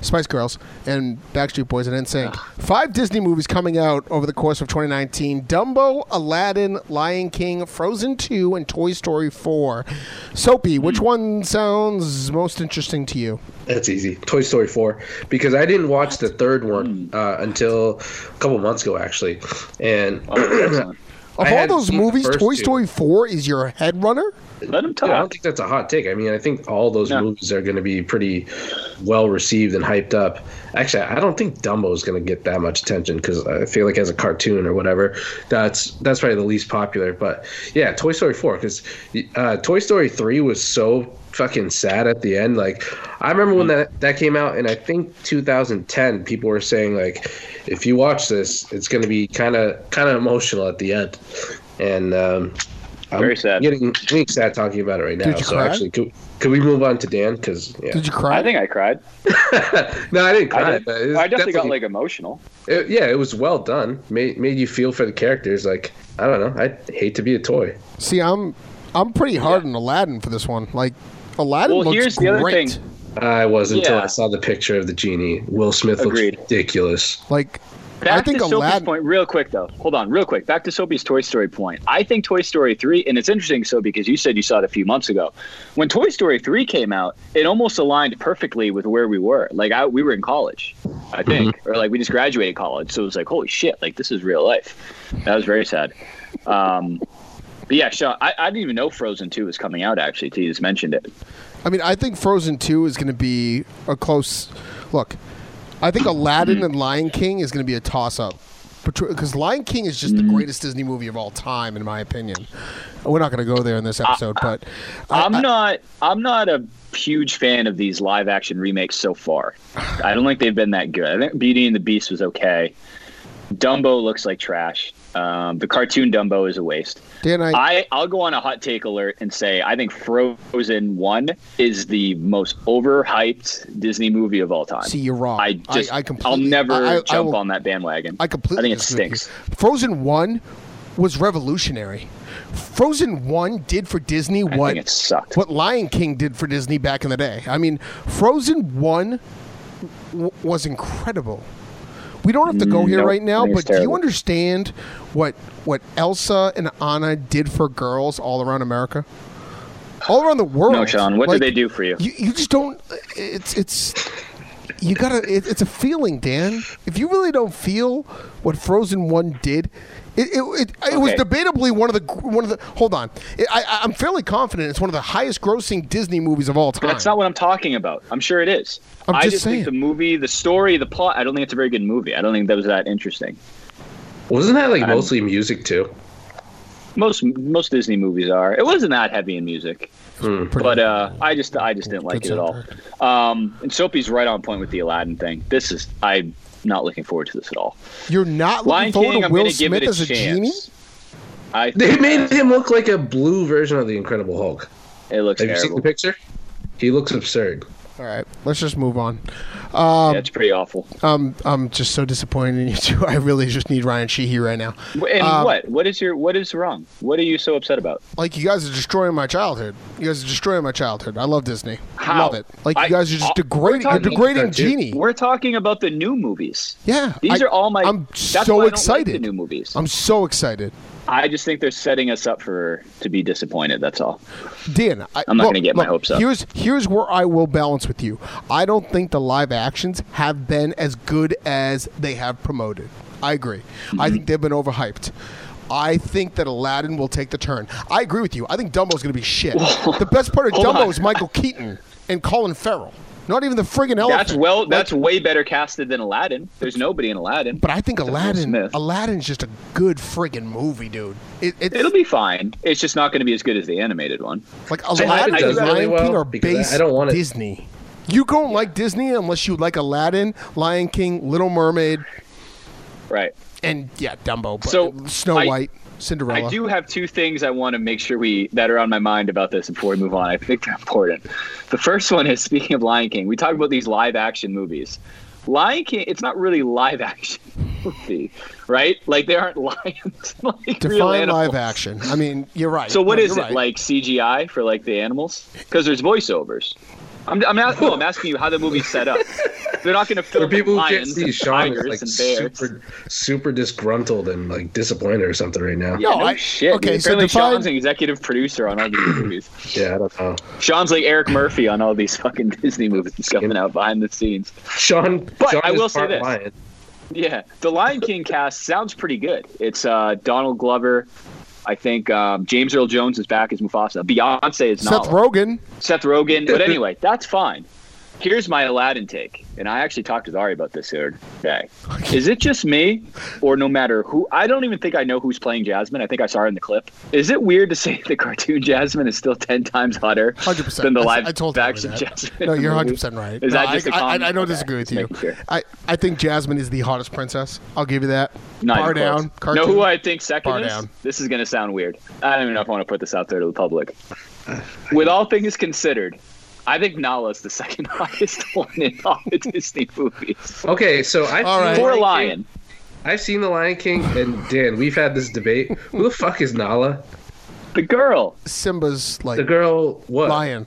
[SPEAKER 4] Spice Girls and Backstreet Boys and NSYNC. Five Disney movies coming out over the course of 2019: Dumbo, Aladdin, Lion King, Frozen 2, and Toy Story 4. Soapy,
[SPEAKER 3] Hmm.
[SPEAKER 4] which one sounds most interesting to you?
[SPEAKER 5] That's easy. Toy Story 4. Because I didn't watch the third one uh, until a couple months ago, actually. And
[SPEAKER 3] Oh, excellent.
[SPEAKER 4] Of
[SPEAKER 5] I
[SPEAKER 4] all
[SPEAKER 5] hadn't
[SPEAKER 4] those
[SPEAKER 5] seen the
[SPEAKER 4] movies,
[SPEAKER 5] first
[SPEAKER 4] Toy
[SPEAKER 5] two.
[SPEAKER 4] Story 4 is your head runner.
[SPEAKER 3] Let him
[SPEAKER 5] Yeah, I don't
[SPEAKER 3] talk.
[SPEAKER 5] think that's a hot take. I mean, I think all those
[SPEAKER 3] No.
[SPEAKER 5] movies are going to be pretty well received and hyped up. Actually, I don't think Dumbo is going to get that much attention because I feel like as a cartoon or whatever, that's that's probably the least popular. But yeah, Toy Story four because uh, Toy Story three was so fucking sad at the end. Like, I remember
[SPEAKER 3] Mm.
[SPEAKER 5] when that that came out, and I think 2010, people were saying like, if you watch this, it's going to be kind of kind of emotional at the end, and. Um, I'm
[SPEAKER 3] Very sad.
[SPEAKER 5] Getting, getting sad talking about it right now.
[SPEAKER 4] Did you
[SPEAKER 5] so
[SPEAKER 4] cry?
[SPEAKER 5] actually, could, could we move on to Dan? Because yeah,
[SPEAKER 4] Did you cry?
[SPEAKER 3] I think I cried.
[SPEAKER 5] no, I didn't cry.
[SPEAKER 3] I, did.
[SPEAKER 5] but it was
[SPEAKER 3] I definitely got
[SPEAKER 5] definitely-
[SPEAKER 3] like emotional.
[SPEAKER 5] it- yeah, it was well done. Made made you feel for the characters. Like I don't know, I hate to be a toy.
[SPEAKER 4] See, I'm I'm pretty hard on Aladdin for this one. Like Aladdin
[SPEAKER 3] Well,
[SPEAKER 4] looks
[SPEAKER 3] here's the
[SPEAKER 4] great.
[SPEAKER 3] other thing.
[SPEAKER 5] I was until
[SPEAKER 3] Yeah.
[SPEAKER 5] I saw the picture of the genie. Will Smith looks
[SPEAKER 3] Agreed.
[SPEAKER 5] ridiculous.
[SPEAKER 4] Like
[SPEAKER 3] Back
[SPEAKER 4] I think
[SPEAKER 3] to Sophie's
[SPEAKER 4] Aladdin.
[SPEAKER 3] point, real quick though. Hold on, real quick. Back to Soapy's Toy Story point. I think Toy Story three, and it's interesting, so because you said you saw it a few months ago. When Toy Story three came out, it almost aligned perfectly with where we were. Like I, we were in college, I
[SPEAKER 4] Mm-hmm.
[SPEAKER 3] think, or like we just graduated college. So it was like, holy shit, like this is real life. That was very sad. Um, but yeah, Sean, I, I didn't even know Frozen two was coming out actually. Till you just mentioned it.
[SPEAKER 4] I mean, I think Frozen 2 is going to be a close look. I think Aladdin and Lion King is going to be a toss up. Because Lion King is just the
[SPEAKER 3] Mm-hmm.
[SPEAKER 4] greatest Disney movie of all time, in my opinion. We're not going to go there in this episode, but uh, I-
[SPEAKER 3] I'm
[SPEAKER 4] I-
[SPEAKER 3] not. I'm not a huge fan of these live action remakes so far. I don't think they've been that good. I think Beauty and the Beast was okay. Dumbo looks like trash. Um, the cartoon Dumbo is a waste.
[SPEAKER 4] Dan, I,
[SPEAKER 3] I, I'll go on a hot take alert and say I think Frozen One is the most overhyped Disney movie of all time.
[SPEAKER 4] see you're wrong.
[SPEAKER 3] I just
[SPEAKER 4] I,
[SPEAKER 3] I,
[SPEAKER 4] completely,
[SPEAKER 3] will never
[SPEAKER 4] I- I- I
[SPEAKER 3] jump
[SPEAKER 4] will-
[SPEAKER 3] on that bandwagon.
[SPEAKER 4] I completely.
[SPEAKER 3] I think it
[SPEAKER 4] disagree with
[SPEAKER 3] stinks.
[SPEAKER 4] you. Frozen One was revolutionary. Frozen One did for Disney
[SPEAKER 3] I
[SPEAKER 4] what
[SPEAKER 3] think it sucked.
[SPEAKER 4] what Lion King did for Disney back in the day. I mean, Frozen One w- was incredible. We don't have to go here
[SPEAKER 3] nope,
[SPEAKER 4] right now,
[SPEAKER 3] I think
[SPEAKER 4] but
[SPEAKER 3] it's
[SPEAKER 4] do you
[SPEAKER 3] terrible.
[SPEAKER 4] understand what what Elsa and Anna did for girls all around America, all around the world?
[SPEAKER 3] No, Sean, what
[SPEAKER 4] Like,
[SPEAKER 3] did they do for you?
[SPEAKER 4] You, you just don't. It's it's. You gotta. It, it's a feeling, Dan. If you really don't feel what Frozen One did, it it, it, it was
[SPEAKER 3] Okay.
[SPEAKER 4] debatably one of the one of the. Hold on, I, I I'm fairly confident it's one of the highest grossing Disney movies of all time.
[SPEAKER 3] That's not what I'm talking about. I'm sure it is.
[SPEAKER 4] I'm
[SPEAKER 3] I
[SPEAKER 4] just
[SPEAKER 3] just
[SPEAKER 4] saying.
[SPEAKER 3] think the movie, the story, the plot. I don't think it's a very good movie. I don't think that was that interesting.
[SPEAKER 5] Wasn't that like mostly music too?
[SPEAKER 3] Most most Disney movies are. It wasn't that heavy in music,
[SPEAKER 4] Pretty-
[SPEAKER 3] but uh, I just I just didn't like
[SPEAKER 4] Good
[SPEAKER 3] it at all. Um, and Soapy's right on point with the Aladdin thing. This is I'm not looking forward to this at all.
[SPEAKER 4] you're not looking
[SPEAKER 3] Lion
[SPEAKER 4] forward
[SPEAKER 3] King.
[SPEAKER 4] to
[SPEAKER 3] I'm
[SPEAKER 4] Will
[SPEAKER 3] going to give
[SPEAKER 4] Smith
[SPEAKER 3] it a
[SPEAKER 4] as a
[SPEAKER 3] chance.
[SPEAKER 4] genie.
[SPEAKER 3] I
[SPEAKER 5] They
[SPEAKER 3] think
[SPEAKER 5] made him look like a blue version of the Incredible Hulk.
[SPEAKER 3] it looks
[SPEAKER 5] Have you seen
[SPEAKER 3] terrible.
[SPEAKER 5] the picture? He looks absurd.
[SPEAKER 4] All right, let's just move on.
[SPEAKER 3] yeah, it's pretty awful.
[SPEAKER 4] Um, I'm just so disappointed in you two. I really just need Ryan Sheehy right now.
[SPEAKER 3] and
[SPEAKER 4] um,
[SPEAKER 3] what? What is your? What is wrong? What are you so upset about?
[SPEAKER 4] Like you guys are destroying my childhood. You guys are destroying my childhood. I love Disney. I
[SPEAKER 3] How?
[SPEAKER 4] Love it. Like you
[SPEAKER 3] I-
[SPEAKER 4] guys are just
[SPEAKER 3] uh,
[SPEAKER 4] degrading. You're
[SPEAKER 3] we're talking-
[SPEAKER 4] degrading
[SPEAKER 5] That dude-
[SPEAKER 4] Genie.
[SPEAKER 3] We're talking about the new movies.
[SPEAKER 4] Yeah,
[SPEAKER 3] These
[SPEAKER 4] I-
[SPEAKER 3] are all my.
[SPEAKER 4] I'm
[SPEAKER 3] that's
[SPEAKER 4] so
[SPEAKER 3] why I don't like
[SPEAKER 4] excited.
[SPEAKER 3] the new movies.
[SPEAKER 4] I'm so excited,
[SPEAKER 3] I just think they're setting us up for to be disappointed. That's all.
[SPEAKER 4] Dan. I,
[SPEAKER 3] I'm not
[SPEAKER 4] look-
[SPEAKER 3] gonna get my
[SPEAKER 4] look,
[SPEAKER 3] hopes up.
[SPEAKER 4] Here's here's where I will balance with you. I don't think the live actions have been as good as they have promoted. I agree.
[SPEAKER 3] Mm-hmm.
[SPEAKER 4] I think they've been overhyped. I think that Aladdin will take the turn. I agree with you. I think Dumbo's going to be shit. the best part of
[SPEAKER 3] Hold
[SPEAKER 4] Dumbo
[SPEAKER 3] on.
[SPEAKER 4] is Michael Keaton and Colin Farrell. Not even the friggin' elephant.
[SPEAKER 3] That's well.
[SPEAKER 4] Like,
[SPEAKER 3] That's way better casted than Aladdin. There's nobody in Aladdin.
[SPEAKER 4] But I think
[SPEAKER 3] Except Will
[SPEAKER 4] Aladdin,
[SPEAKER 3] Smith.
[SPEAKER 4] Aladdin's just a good friggin' movie, dude. It, it's
[SPEAKER 3] It'll be fine. It's just not going to be as good as the animated one.
[SPEAKER 4] like
[SPEAKER 5] Aladdin
[SPEAKER 4] Aladdin and
[SPEAKER 3] does
[SPEAKER 4] Lion
[SPEAKER 5] really well
[SPEAKER 4] King are
[SPEAKER 5] because I-
[SPEAKER 4] based
[SPEAKER 5] I don't want it.
[SPEAKER 4] Disney. You don't like Disney unless you like Aladdin, Lion King, Little Mermaid,
[SPEAKER 3] Right.
[SPEAKER 4] and yeah, Dumbo. But
[SPEAKER 3] So,
[SPEAKER 4] Snow
[SPEAKER 3] I-
[SPEAKER 4] White, Cinderella.
[SPEAKER 3] I do have two things I want to make sure we that are on my mind about this before we move on. I think they're important. The first one is speaking of Lion King, we talk about these live action movies. Lion King, it's not really live action movie, right? Like they aren't lions, like real
[SPEAKER 4] Define
[SPEAKER 3] animals.
[SPEAKER 4] live action. I mean, you're right.
[SPEAKER 3] So what
[SPEAKER 4] No,
[SPEAKER 3] is
[SPEAKER 4] you're
[SPEAKER 3] it
[SPEAKER 4] right.
[SPEAKER 3] like CGI for like the animals? Because there's voiceovers. I'm, I'm, not, no, I'm asking you how the movie's set up. They're not going to
[SPEAKER 5] For
[SPEAKER 3] film
[SPEAKER 5] people who can't
[SPEAKER 3] lions
[SPEAKER 5] see,
[SPEAKER 3] and
[SPEAKER 5] Sean is
[SPEAKER 3] tigers
[SPEAKER 5] like
[SPEAKER 3] and bears.
[SPEAKER 5] super, super disgruntled and like disappointed or something right now.
[SPEAKER 3] yeah,
[SPEAKER 4] No,
[SPEAKER 3] no,
[SPEAKER 4] I-
[SPEAKER 3] shit.
[SPEAKER 4] okay,
[SPEAKER 3] dude.
[SPEAKER 4] so
[SPEAKER 3] Apparently
[SPEAKER 4] define-
[SPEAKER 3] Sean's an executive producer on all these movies.
[SPEAKER 5] Yeah, I don't know.
[SPEAKER 3] Sean's like Eric Murphy on all these fucking Disney movies coming out behind the scenes.
[SPEAKER 5] Sean,
[SPEAKER 3] But
[SPEAKER 5] Sean
[SPEAKER 3] I
[SPEAKER 5] is
[SPEAKER 3] will say
[SPEAKER 5] part
[SPEAKER 3] this.
[SPEAKER 5] lion.
[SPEAKER 3] Yeah, the Lion King cast sounds pretty good. It's uh, Donald Glover. I think um, James Earl Jones is back as Mufasa. Beyonce is
[SPEAKER 4] Seth
[SPEAKER 3] not.
[SPEAKER 4] Rogen?
[SPEAKER 3] Seth Rogen. But anyway, that's fine. Here's my Aladdin take, and I actually talked with Ari about this the other day. Is it just me, or no matter who? I don't even think I know who's playing Jasmine. I think I saw her in the clip. Is it weird to say the cartoon Jasmine is still ten times hotter
[SPEAKER 4] 100%.
[SPEAKER 3] than the
[SPEAKER 4] I-
[SPEAKER 3] live
[SPEAKER 4] I told Howard
[SPEAKER 3] action
[SPEAKER 4] that.
[SPEAKER 3] Jasmine?
[SPEAKER 4] No, you're
[SPEAKER 3] movie?
[SPEAKER 4] 100 percent right.
[SPEAKER 3] Is
[SPEAKER 4] no,
[SPEAKER 3] that just
[SPEAKER 4] I,
[SPEAKER 3] a
[SPEAKER 4] I,
[SPEAKER 3] comment?
[SPEAKER 4] I don't
[SPEAKER 3] Okay,
[SPEAKER 4] disagree with
[SPEAKER 3] just
[SPEAKER 4] you.
[SPEAKER 3] making sure.
[SPEAKER 4] I, I think Jasmine is the hottest princess. I'll give you that.
[SPEAKER 3] Not
[SPEAKER 4] Bar
[SPEAKER 3] even close.
[SPEAKER 4] down. Cartoon.
[SPEAKER 3] Know who I think second
[SPEAKER 4] Bar
[SPEAKER 3] is?
[SPEAKER 4] down.
[SPEAKER 3] This is going to sound weird. I don't even know if I want to put this out there to the public. With all things considered, I think Nala's the second highest one in all the Disney movies.
[SPEAKER 5] Okay, so I've
[SPEAKER 4] All right.
[SPEAKER 5] seen
[SPEAKER 3] For
[SPEAKER 5] Lion King-
[SPEAKER 3] Lion.
[SPEAKER 5] I've seen the Lion King, and Dan, we've had this debate. Who the fuck is Nala?
[SPEAKER 3] The girl.
[SPEAKER 4] Simba's like
[SPEAKER 5] The girl, what?
[SPEAKER 4] lion.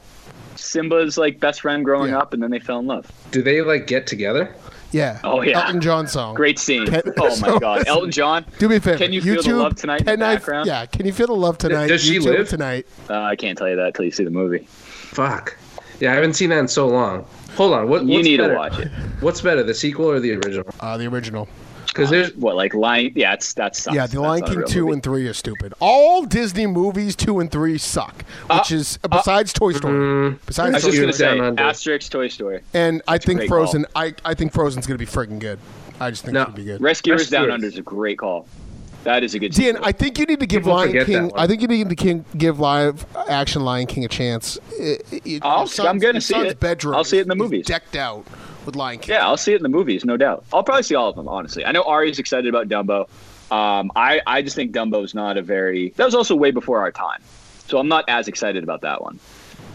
[SPEAKER 3] Simba's like best friend growing
[SPEAKER 4] Yeah.
[SPEAKER 3] up and then they fell in love.
[SPEAKER 5] Do they like get together?
[SPEAKER 4] Yeah.
[SPEAKER 3] Oh, yeah.
[SPEAKER 4] Elton John song.
[SPEAKER 3] Great scene.
[SPEAKER 4] Can-
[SPEAKER 3] oh my
[SPEAKER 4] so-
[SPEAKER 3] god. Elton John.
[SPEAKER 4] Do me a favor.
[SPEAKER 3] Can you feel the
[SPEAKER 4] YouTube,
[SPEAKER 3] love tonight in the
[SPEAKER 4] can I-
[SPEAKER 3] background?
[SPEAKER 4] yeah. Can you feel the love tonight?
[SPEAKER 5] does she
[SPEAKER 4] YouTube
[SPEAKER 5] live?
[SPEAKER 4] tonight?
[SPEAKER 3] Uh, I can't tell you that till you see the movie.
[SPEAKER 5] Fuck. Yeah, I haven't seen that in so long. Hold on. What
[SPEAKER 3] You
[SPEAKER 5] what's
[SPEAKER 3] need
[SPEAKER 5] better?
[SPEAKER 3] to watch it.
[SPEAKER 5] What's better, the sequel or the original?
[SPEAKER 4] Uh, the original.
[SPEAKER 5] Because there's
[SPEAKER 3] What like Lion? Yeah, it's that's
[SPEAKER 4] yeah, the Lion King two and three are stupid. All Disney movies two and three suck, which is uh, besides Toy Story.
[SPEAKER 3] I
[SPEAKER 5] mm,
[SPEAKER 4] besides
[SPEAKER 3] was
[SPEAKER 4] Toy
[SPEAKER 3] just
[SPEAKER 4] Story,
[SPEAKER 3] gonna
[SPEAKER 5] Down
[SPEAKER 3] say
[SPEAKER 5] Under.
[SPEAKER 3] Asterix Toy Story.
[SPEAKER 4] and I
[SPEAKER 3] a
[SPEAKER 4] think
[SPEAKER 3] great call.
[SPEAKER 4] Frozen. I, I think Frozen's gonna be friggin' good. I just think
[SPEAKER 5] No.
[SPEAKER 4] it's gonna be good.
[SPEAKER 3] Rescuers Down
[SPEAKER 5] Rescuers.
[SPEAKER 3] Under is a great call. That is a good.
[SPEAKER 4] Dan,
[SPEAKER 3] sequel.
[SPEAKER 4] I think you need to give
[SPEAKER 5] People
[SPEAKER 4] Lion
[SPEAKER 5] forget that
[SPEAKER 4] King.
[SPEAKER 5] one.
[SPEAKER 4] I think you need to king, give live action Lion King a chance. It- it- your
[SPEAKER 3] I'll- I'm
[SPEAKER 4] son's-
[SPEAKER 3] gonna
[SPEAKER 4] your
[SPEAKER 3] see
[SPEAKER 4] son's
[SPEAKER 3] it.
[SPEAKER 4] Bedroom
[SPEAKER 3] I'll see it in the
[SPEAKER 4] is
[SPEAKER 3] movies.
[SPEAKER 4] Decked out with Lion King.
[SPEAKER 3] Yeah, I'll see it in the movies, no doubt. I'll probably see all of them, honestly. I know Ari's excited about Dumbo. Um, I, I just think Dumbo's not a very. That was also way before our time. So I'm not as excited about that one.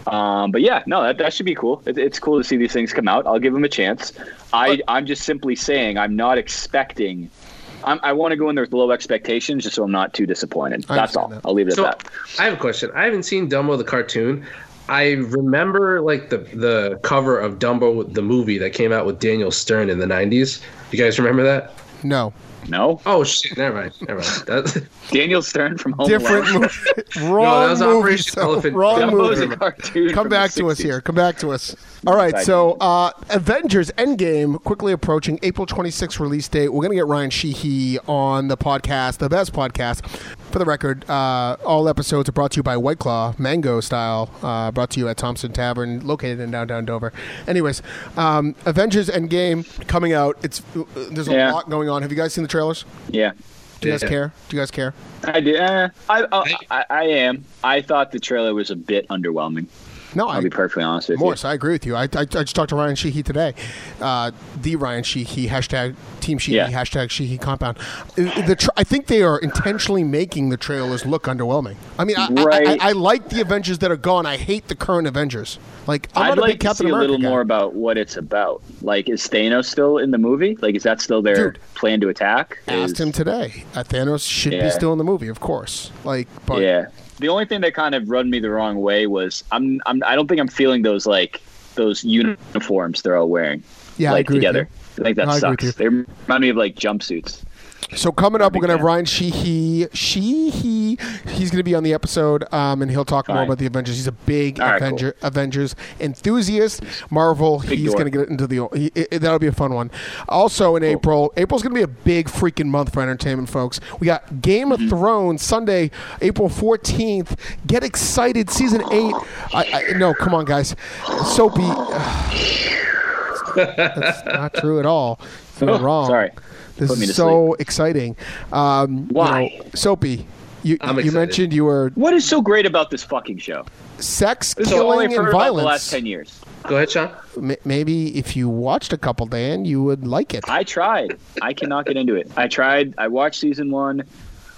[SPEAKER 3] Um, but yeah, no, that, that should be cool. It, it's cool to see these things come out. I'll give them a chance. I, I'm just simply saying I'm not expecting. I'm, I want to go in there with low expectations just so I'm not too disappointed.
[SPEAKER 4] I
[SPEAKER 3] That's
[SPEAKER 4] understand
[SPEAKER 3] all.
[SPEAKER 4] that.
[SPEAKER 3] I'll leave it
[SPEAKER 5] so
[SPEAKER 3] at that.
[SPEAKER 5] I have a question. I haven't seen Dumbo the cartoon. I remember like the the cover of Dumbo the movie that came out with Daniel Stern in the '90s. You guys remember that?
[SPEAKER 4] No,
[SPEAKER 3] No?
[SPEAKER 5] Oh shit! Never mind. Never mind. That,
[SPEAKER 3] Daniel Stern from Home
[SPEAKER 4] different
[SPEAKER 3] Alone.
[SPEAKER 4] movie. wrong
[SPEAKER 5] that was
[SPEAKER 4] movie.
[SPEAKER 5] Operation
[SPEAKER 4] so-
[SPEAKER 5] Elephant.
[SPEAKER 4] Wrong
[SPEAKER 5] That
[SPEAKER 3] Dumbo's
[SPEAKER 4] movie.
[SPEAKER 3] a cartoon.
[SPEAKER 4] Come
[SPEAKER 3] from the
[SPEAKER 4] back to us
[SPEAKER 3] 60s.
[SPEAKER 4] here. Come back to us. All right.
[SPEAKER 3] Back
[SPEAKER 4] So, uh, Avengers Endgame quickly approaching April 26th release date. We're going to get Ryan Sheehy on the podcast, the best podcast. For the record, uh, all episodes are brought to you by White Claw, Mango Style, uh, brought to you at Thompson Tavern, located in downtown Dover. Anyways, um, Avengers Endgame coming out. It's uh, There's a
[SPEAKER 3] Yeah.
[SPEAKER 4] lot going on. Have you guys seen the trailers?
[SPEAKER 3] Yeah.
[SPEAKER 4] Do you guys
[SPEAKER 5] Yeah.
[SPEAKER 4] care? Do you guys care?
[SPEAKER 3] eh, oh, I did. Uh, I, I, I I am. I thought the trailer was a bit underwhelming.
[SPEAKER 4] No,
[SPEAKER 3] I'll
[SPEAKER 4] I-
[SPEAKER 3] be perfectly honest with
[SPEAKER 4] Morris, I agree with you. I, I, I just talked to Ryan Sheehy today, uh, the Ryan Sheehy hashtag Team Sheehy
[SPEAKER 3] Yeah.
[SPEAKER 4] hashtag Sheehy Compound. Uh, The tra- I think they are intentionally making the trailers look underwhelming. I mean, I, I-
[SPEAKER 3] Right.
[SPEAKER 4] I, I, like the Avengers that are gone. I hate the current Avengers. Like I'm
[SPEAKER 3] you.
[SPEAKER 4] not
[SPEAKER 3] I'd
[SPEAKER 4] a
[SPEAKER 3] like
[SPEAKER 4] big
[SPEAKER 3] to
[SPEAKER 4] Captain
[SPEAKER 3] see a
[SPEAKER 4] America
[SPEAKER 3] little
[SPEAKER 4] guy.
[SPEAKER 3] more about what it's about. Like, is Thanos still in the movie? Like, is that still their
[SPEAKER 4] Dude.
[SPEAKER 3] plan to attack?
[SPEAKER 4] Asked
[SPEAKER 3] Is-
[SPEAKER 4] him today. Uh, Thanos should
[SPEAKER 3] Yeah.
[SPEAKER 4] be still in the movie, of course. Like, but
[SPEAKER 3] Yeah. The only thing that kind of rubbed me the wrong way was I'm I'm I don't think I'm feeling those like those uniforms they're all wearing.
[SPEAKER 4] Yeah, I
[SPEAKER 3] like,
[SPEAKER 4] agree with
[SPEAKER 3] together. I think that
[SPEAKER 4] No, I agree with
[SPEAKER 3] sucks. They remind me of like jumpsuits.
[SPEAKER 4] So coming up, we're gonna have
[SPEAKER 3] fan.
[SPEAKER 4] Ryan Sheehy. Sheehy, he's gonna be on the episode, um, and he'll talk more
[SPEAKER 3] Fine.
[SPEAKER 4] about the Avengers. He's a big
[SPEAKER 3] All right,
[SPEAKER 4] Avenger, Avengers enthusiast. Marvel. he's
[SPEAKER 3] dork.
[SPEAKER 4] gonna get into the. He, it- it- that'll be a fun one. Also in April, April's gonna be a big freaking month for entertainment, folks. We got Game
[SPEAKER 3] Mm-hmm.
[SPEAKER 4] of Thrones Sunday, April fourteenth. Get excited, season eight. I, I, no, come on, guys. Soapy. That's not true at all. You're wrong.
[SPEAKER 3] sorry.
[SPEAKER 4] This
[SPEAKER 3] Put me to
[SPEAKER 4] is so exciting. Um, you
[SPEAKER 3] Why?
[SPEAKER 4] know, Soapy? You
[SPEAKER 5] I'm
[SPEAKER 4] you
[SPEAKER 5] excited.
[SPEAKER 4] mentioned you were
[SPEAKER 3] What is so great about this fucking show?
[SPEAKER 4] sex,
[SPEAKER 3] This is all I've
[SPEAKER 4] killing,
[SPEAKER 3] heard
[SPEAKER 4] and
[SPEAKER 3] about the last
[SPEAKER 4] violence.
[SPEAKER 3] ten years.
[SPEAKER 5] Go ahead, Sean.
[SPEAKER 3] Uh,
[SPEAKER 4] M- maybe if you watched a couple, Dan, you would like it.
[SPEAKER 3] I tried. I cannot get into it. I tried. I watched season one.